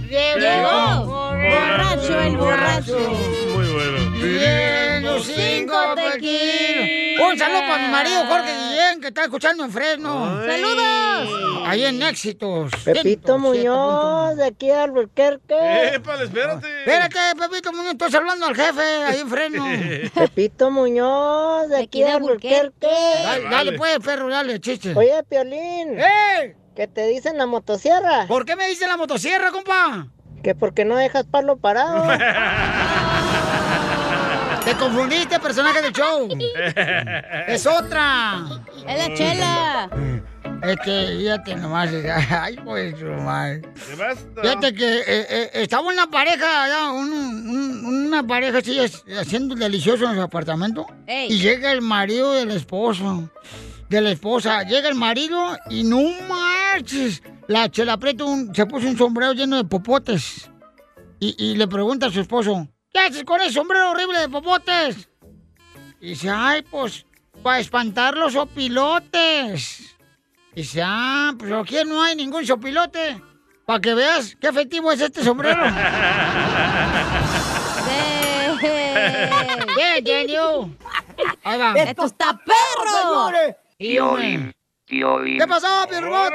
Llegó borracho el borracho.
Muy bueno.
Bien, los cinco tequilas. Un saludo para mi marido Jorge Guillén, que está escuchando en Fresno. ¡Saludos! Ahí en Éxitos.
Pepito Muñoz, de aquí a Albuquerque.
Épale, espérate.
Espérate, Pepito Muñoz, estás hablando al jefe ahí en Fresno.
Pepito Muñoz, de aquí a Albuquerque.
Dale, dale, pues, perro, dale, chiste. ¡Eh!
Oye, Piolín. ¿Qué te dicen la motosierra?
¿Por qué me dicen la motosierra, compa?
Que porque no dejas palo parado.
Te confundiste, personaje del show. Es otra.
Es la chela.
Este, fíjate nomás. Ay, pues, nomás.
¿Te basta?
Fíjate que eh, eh, estaba una pareja, allá, un- un- una pareja así es- haciendo delicioso en su apartamento.
Ey.
Y llega el marido del esposo, de la esposa. Llega el marido y no marches. La chela Prieto un- se puso un sombrero lleno de popotes. Y, y le pregunta a su esposo, ¿qué haces con ese sombrero horrible de popotes? Y dice, ay, pues, para espantar los opilotes. Y dice, ah, pues aquí no hay ningún sopilote. Para que veas qué efectivo es este sombrero. ¡Bien, genio! Ahí va.
¡Esto
está perro!
Piolín, Piolín.
¿Qué pasó, Pirrobot?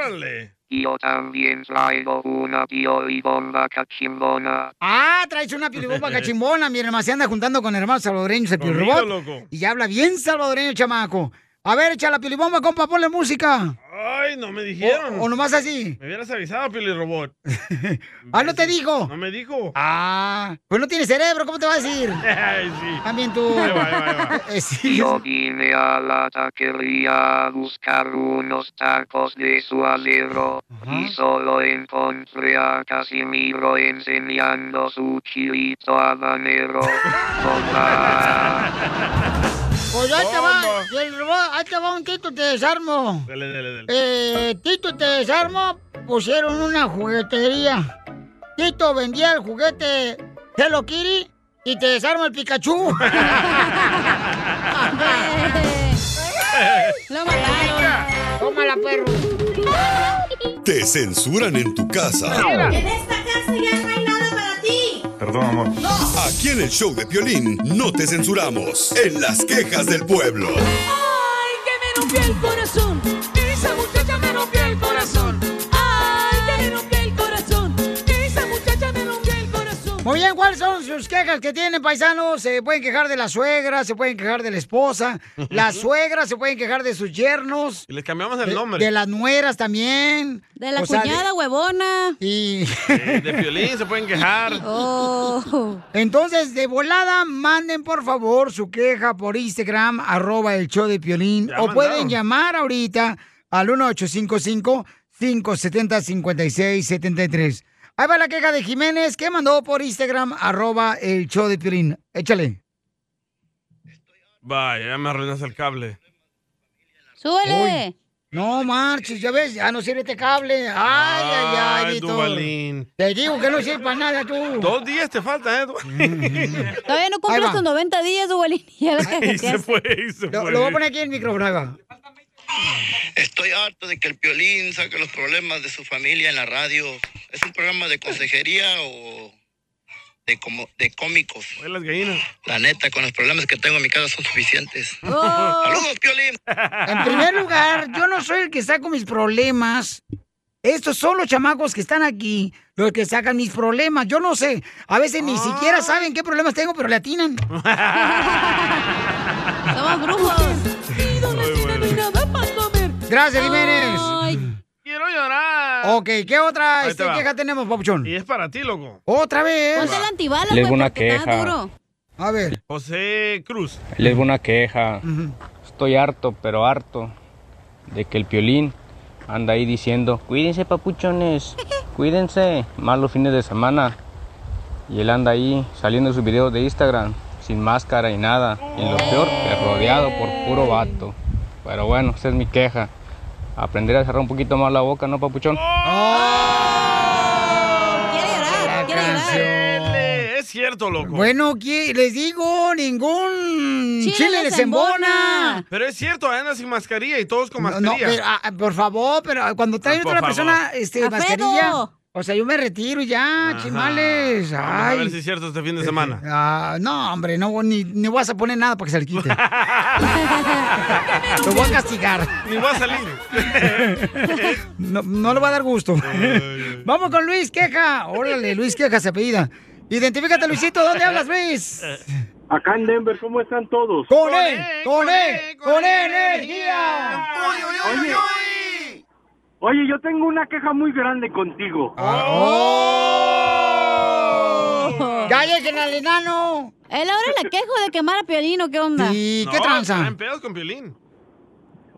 Yo también traigo una piolibomba cachimbona.
Ah, traes una piribomba cachimbona. Mi hermano se anda juntando con hermanos salvadoreños el
Conmigo,
pirrobot.
loco.
Y ya habla bien salvadoreño, chamaco. A ver, echa la piribomba, compa, ponle música.
Ay, no me dijeron.
O nomás así.
Me hubieras avisado, Pili Robot.
Ah, no te digo.
No me dijo.
Ah, pues no tiene cerebro, ¿cómo te va a decir?
Ay, sí.
También tú.
Ahí va, ahí va, ahí va.
Eh, sí.
Yo vine a la taquería a buscar unos tacos de suadero y solo encontré a Casimiro enseñando su chilito habanero. Bomba.
Pues ahí te va, pirrobot, ahí te va un tito, te desarmo.
Dale, dale, dale.
Eh, Tito te desarmo, pusieron una juguetería. Tito vendía el juguete Hello Kitty y te desarmo el Pikachu.
Lo mataron.
Tómala, perro.
Te censuran en tu casa.
En esta casa ya no hay nada para ti.
Perdón, amor. Aquí en el show de Piolín no te censuramos. En las quejas del pueblo.
Ay, que me rompió el corazón. Esa muchacha me rompió el corazón. Ay, que me rompió el corazón. Esa muchacha me rompió el corazón.
Muy bien, ¿cuáles son sus quejas que tienen, paisanos? Se pueden quejar de la suegra, se pueden quejar de la esposa, la suegra, se pueden quejar de sus yernos.
Y les cambiamos el
De,
nombre.
de las nueras también.
De la
O sea, de-
cuñada huevona.
Y...
Eh, de Piolín se pueden quejar.
Oh. Entonces, de volada, manden por favor su queja por Instagram, arroba el show de Piolín.
Ya
O
mandaron.
pueden llamar ahorita al 1855-570-5673. Ahí va la queja de Jiménez que mandó por Instagram, arroba el show de Piolín. Échale.
Vaya, ya me arruinas el cable.
Súbele.
No marches, ya ves, ya no sirve este cable. Ay, ay, ay,
Ay,
Víctor.
Duvalín.
Te digo que no sirve para nada tú.
Dos días te falta, ¿eh? Duvalín?
Todavía no
Ahí
cumples
va.
tus 90 días, Duvalín. Ya la
Y se
cajeteaste.
fue, y se
Lo,
fue.
lo voy a poner aquí en el micrófono, ahí va.
Estoy harto de que el Piolín saque los problemas de su familia en la radio. ¿Es un programa de consejería o de, como, de cómicos?
las gallinas.
La neta, con los problemas que tengo en mi casa son suficientes.
Oh.
¡Saludos, Piolín!
En primer lugar, yo no soy el que saco mis problemas. Estos son los chamacos que están aquí, los que sacan mis problemas. Yo no sé. A veces ni
Ah.
siquiera saben qué problemas tengo, pero le atinan.
Somos brujos. Y donatina no hay nada para comer.
Oh.
Gracias, Jiménez.
Quiero llorar.
Ok, ¿qué otra
Ahí
este,
te va.
queja tenemos, Popchón?
Y es para ti, loco.
¿Otra vez?
Ponte el
antibalas,
Le hago una queja.
A ver.
José Cruz.
Les hago una queja. Estoy harto, pero harto de que el piolín anda ahí diciendo, cuídense papuchones, cuídense, más los fines de semana. Y él anda ahí saliendo en sus videos de Instagram, sin máscara y nada. Y lo peor, que rodeado por puro vato. Pero bueno, esa es mi queja. Aprender a cerrar un poquito más la boca, ¿no, papuchón?
¡Oh!
Dele, Es cierto, loco.
Bueno, ¿qué? les digo, ningún chile, les embona.
Pero es cierto, anda sin mascarilla y todos con
No, no,
mascarilla.
pero, ah, ah, por favor, pero cuando trae
Ah, por
otra
favor.
persona este,
¡Alfredo!
mascarilla, o sea, yo me retiro y ya,
Ajá.
chimales.
Vamos a ver
Ay.
si es cierto este fin de semana.
Ah, no, hombre, no, ni, ni vas a poner nada para que se le quite. Lo voy a castigar.
Ni va a salir.
No, no le va a dar gusto. Vamos con Luis Queja. Órale, Luis Queja se apellida. Identifícate, Luisito. ¿Dónde hablas, Luis?
Acá en Denver, ¿cómo están todos?
¡Con
E,
él! ¡Con él! ¡Con E. energía!
Oye, oye, yo tengo una queja muy grande contigo.
Oh.
¡Ya lleguen al enano!
¿El ahora la quejo de quemar a Piolín o qué onda?
¿Y
No, traen pedos con Piolín.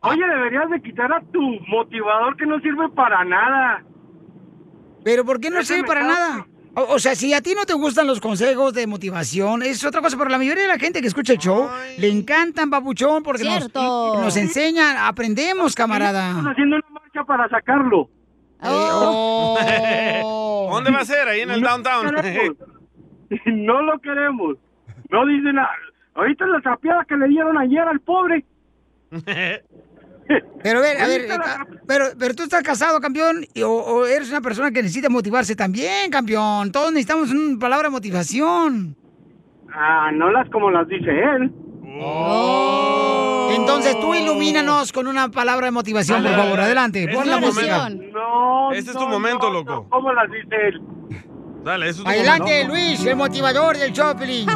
Oye, deberías de quitar a tu motivador que no sirve para nada.
¿Pero por qué no sirve para nada? O, o sea, si a ti no te gustan los consejos de motivación, es otra cosa, pero la mayoría de la gente que escucha el show le encantan, papuchón, porque nos,
Cierto.
nos enseñan, aprendemos,
Estás
camarada. Eh,
haciendo una marcha para sacarlo.
Oh.
Oh. ¿Dónde va a ser? Ahí en el downtown.
lo queremos. no lo queremos. No dice nada. Ahorita la trapeada que le dieron ayer al pobre.
Pero a ver, a ver, eh, ca- pero, pero tú estás casado, campeón, y- o, o eres una persona que necesita motivarse también, campeón. Todos necesitamos una palabra de motivación.
Ah, no las como las dice él.
Entonces tú ilumínanos con una palabra de motivación, por
Oh. Dale,
favor.
dale.
Adelante,
Es
pon
tu
la
momento.
música.
No,
Este es tu momento, loco.
¿Cómo las dice él?
Dale, eso es tu
Adelante,
momento.
Luis, el motivador del shopping.
No,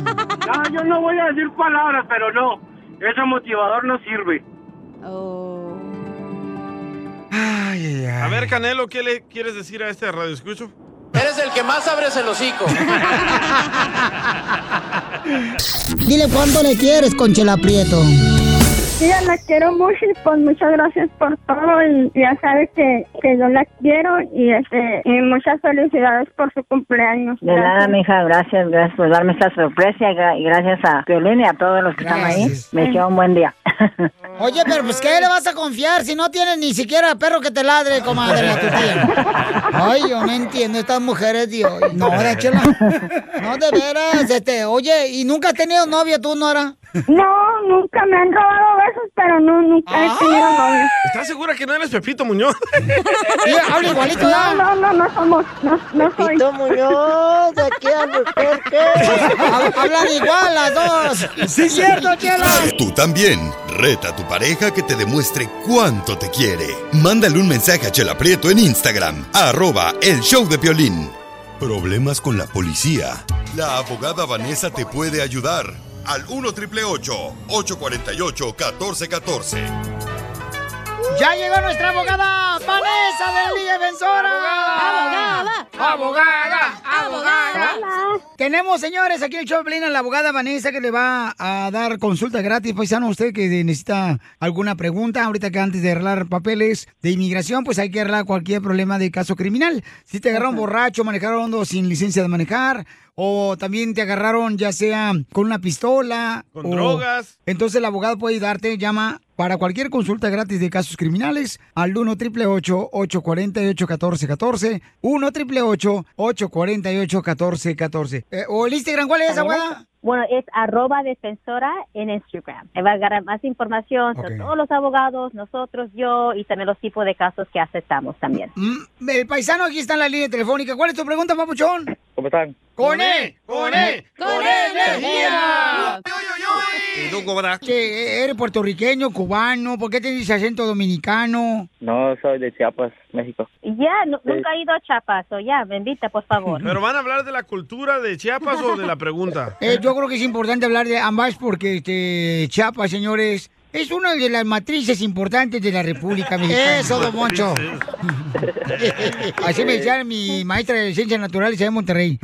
Ah, yo no voy a decir palabras, pero no. Ese motivador no sirve.
Oh.
A ver, Canelo, ¿qué le quieres decir a este radio escucho?
Eres el que más abres el hocico.
Ah.
Dile cuánto le quieres, Conchela Prieto.
Sí, yo la quiero mucho y pues muchas gracias por todo y ya sabe que, que yo la quiero y, este, y muchas felicidades por su cumpleaños.
De nada,
Gracias.
mija, gracias, gracias por darme esta sorpresa y gra- y gracias a Violín y a todos los que
Gracias.
están ahí. Me queda un buen día.
Oye, pero pues ¿qué le vas a confiar si no tienes ni siquiera perro que te ladre, comadre, a tu tía? Ay, yo no entiendo estas mujeres de hoy. No, de hecho, la- no, de veras, este, oye, ¿y nunca has tenido novio tú, Nora?
No, nunca me han robado besos, pero no, nunca he tenido
Ah.
novio.
¿Estás segura que no eres Pepito Muñoz?
No, no, no, no somos, no, no soy.
Muñoz, aquí
Hablan igual las dos. Sí, cierto, chela.
Tú también. Reta a tu pareja que te demuestre cuánto te quiere. Mándale un mensaje a Chela Prieto en Instagram. Arroba el show de Piolín. Problemas con la policía. La abogada Vanessa te puede ayudar. Al 1 triple 848 1414.
Ya llegó nuestra abogada, Vanessa de la Liga Defensora.
Abogada,
abogada,
abogada.
Tenemos, señores, aquí en el show de Piolín a la abogada Vanessa que le va a dar consulta gratis. Paisano, usted que necesita alguna pregunta, ahorita que antes de arreglar papeles de inmigración, pues hay que arreglar cualquier problema de caso criminal. Si te agarraron borracho, manejaron sin licencia de manejar, o también te agarraron ya sea con una pistola.
Con
o-
drogas.
entonces el abogado puede ayudarte, llama para cualquier consulta gratis de casos criminales al 1 888 848 1414 1 888 848 1414 Eh, ¿O el Instagram cuál es, abogada?
Bueno, es arroba defensora en Instagram. Ahí va a agarrar más información sobre
Ok.
todos los abogados, nosotros, yo y también los tipos de casos que aceptamos también.
Mm, El paisano aquí está en la línea telefónica. ¿Cuál es tu pregunta, papuchón?
¿Cómo están?
¡Con E. él!
¡Con E. él! ¡Con energía!
¿Y tú, Cobra?
Que eres puertorriqueño, cubano, ¿por qué tienes acento dominicano?
No, soy de Chiapas, México.
Ya, nu-
Sí.
nunca he ido a Chiapas, o ya, bendita, por favor.
¿Pero van a hablar de la cultura de Chiapas o de la pregunta?
Eh, yo creo que es importante hablar de ambas porque este, Chiapas, señores, es una de las matrices importantes de la República Mexicana. Eso, don Moncho. Así me decía mi maestra de Ciencias Naturales allá en Monterrey.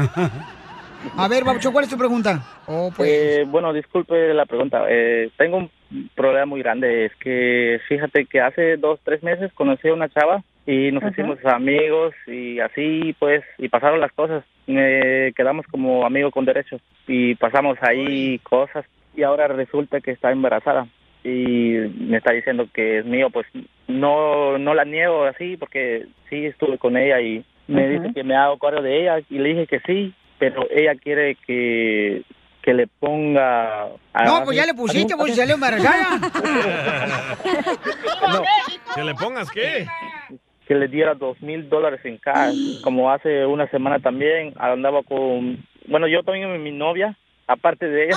A ver, Babucho, ¿cuál es tu pregunta? Oh, pues.
Eh, bueno, disculpe la pregunta. Eh, tengo un problema muy grande. Es que fíjate que hace dos, tres meses conocí a una chava y nos
Ajá.
hicimos amigos y así pues, y pasaron las cosas. Eh, quedamos como amigos con derechos y pasamos ahí cosas y ahora resulta que está embarazada y me está diciendo que es mío. Pues no, no la niego así porque sí estuve con ella y me
Ajá.
dice que me hago cargo de ella y le dije que sí, pero ella quiere que que le ponga a-
No, pues ya le pusiste,
a-
pues salió embarazada.
No,
¿Que le pongas qué?
que le diera dos mil dólares en cash como hace una semana también andaba con bueno yo también mi novia aparte de ella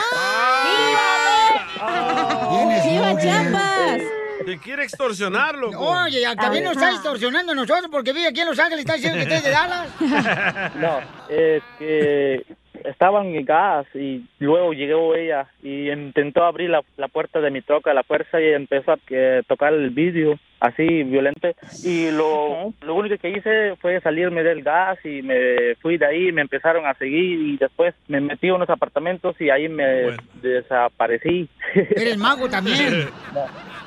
¡Ah, ¡Viva
Chiapas! Te quiere pues. extorsionar, loco.
Oye, también nos está distorsionando a nosotros porque vive aquí en Los Ángeles, está diciendo que estás de Dallas.
No, es que estaba en el gas y luego llegó ella y intentó abrir la, la puerta de mi troca a la fuerza y empezó a que, tocar el vídeo así violento y lo, lo único que hice fue salirme del gas y me fui de ahí, me empezaron a seguir y después me metí a unos apartamentos y ahí me desaparecí.
Eres mago también.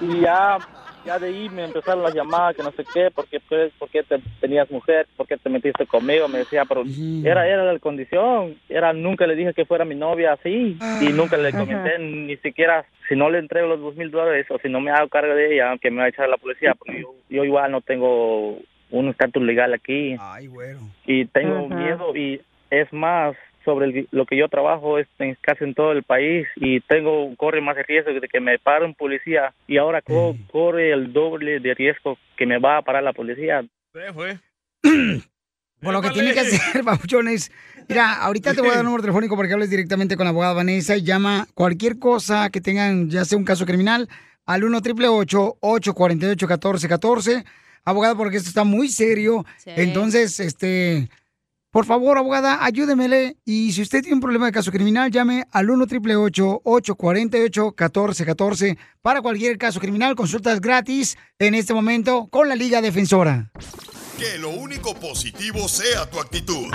Y ya, ya de ahí me empezaron las llamadas, que no sé qué, porque pues, ¿por qué te tenías mujer? ¿Por qué te metiste conmigo? Me decía, pero era, era la condición. Era, nunca le dije que fuera mi novia así. Y nunca le
Ajá.
comenté, ni siquiera, si no le entrego los dos mil dólares o si no me hago cargo de ella, que me va a echar la policía, porque yo, yo igual no tengo un estatus legal aquí. Y tengo
Ajá.
miedo y es más sobre el- lo que yo trabajo es en- casi en todo el país y tengo corre más el riesgo de que me pare un policía y ahora co- corre el doble de riesgo que me va a parar la policía.
Se fue.
Por lo que tiene que hacer, Papuchón, es... Mira, ahorita te voy a dar un número telefónico para que hables directamente con la abogada Vanessa y llama cualquier cosa que tengan, ya sea un caso criminal, al 1 888 848 1414 Abogada, porque esto está muy serio. Entonces, este... Por favor, abogada, ayúdemele. Y si usted tiene un problema de caso criminal, llame al 1 888 848 1414 para cualquier caso criminal. Consultas gratis en este momento con la Liga Defensora.
Que lo único positivo sea tu actitud.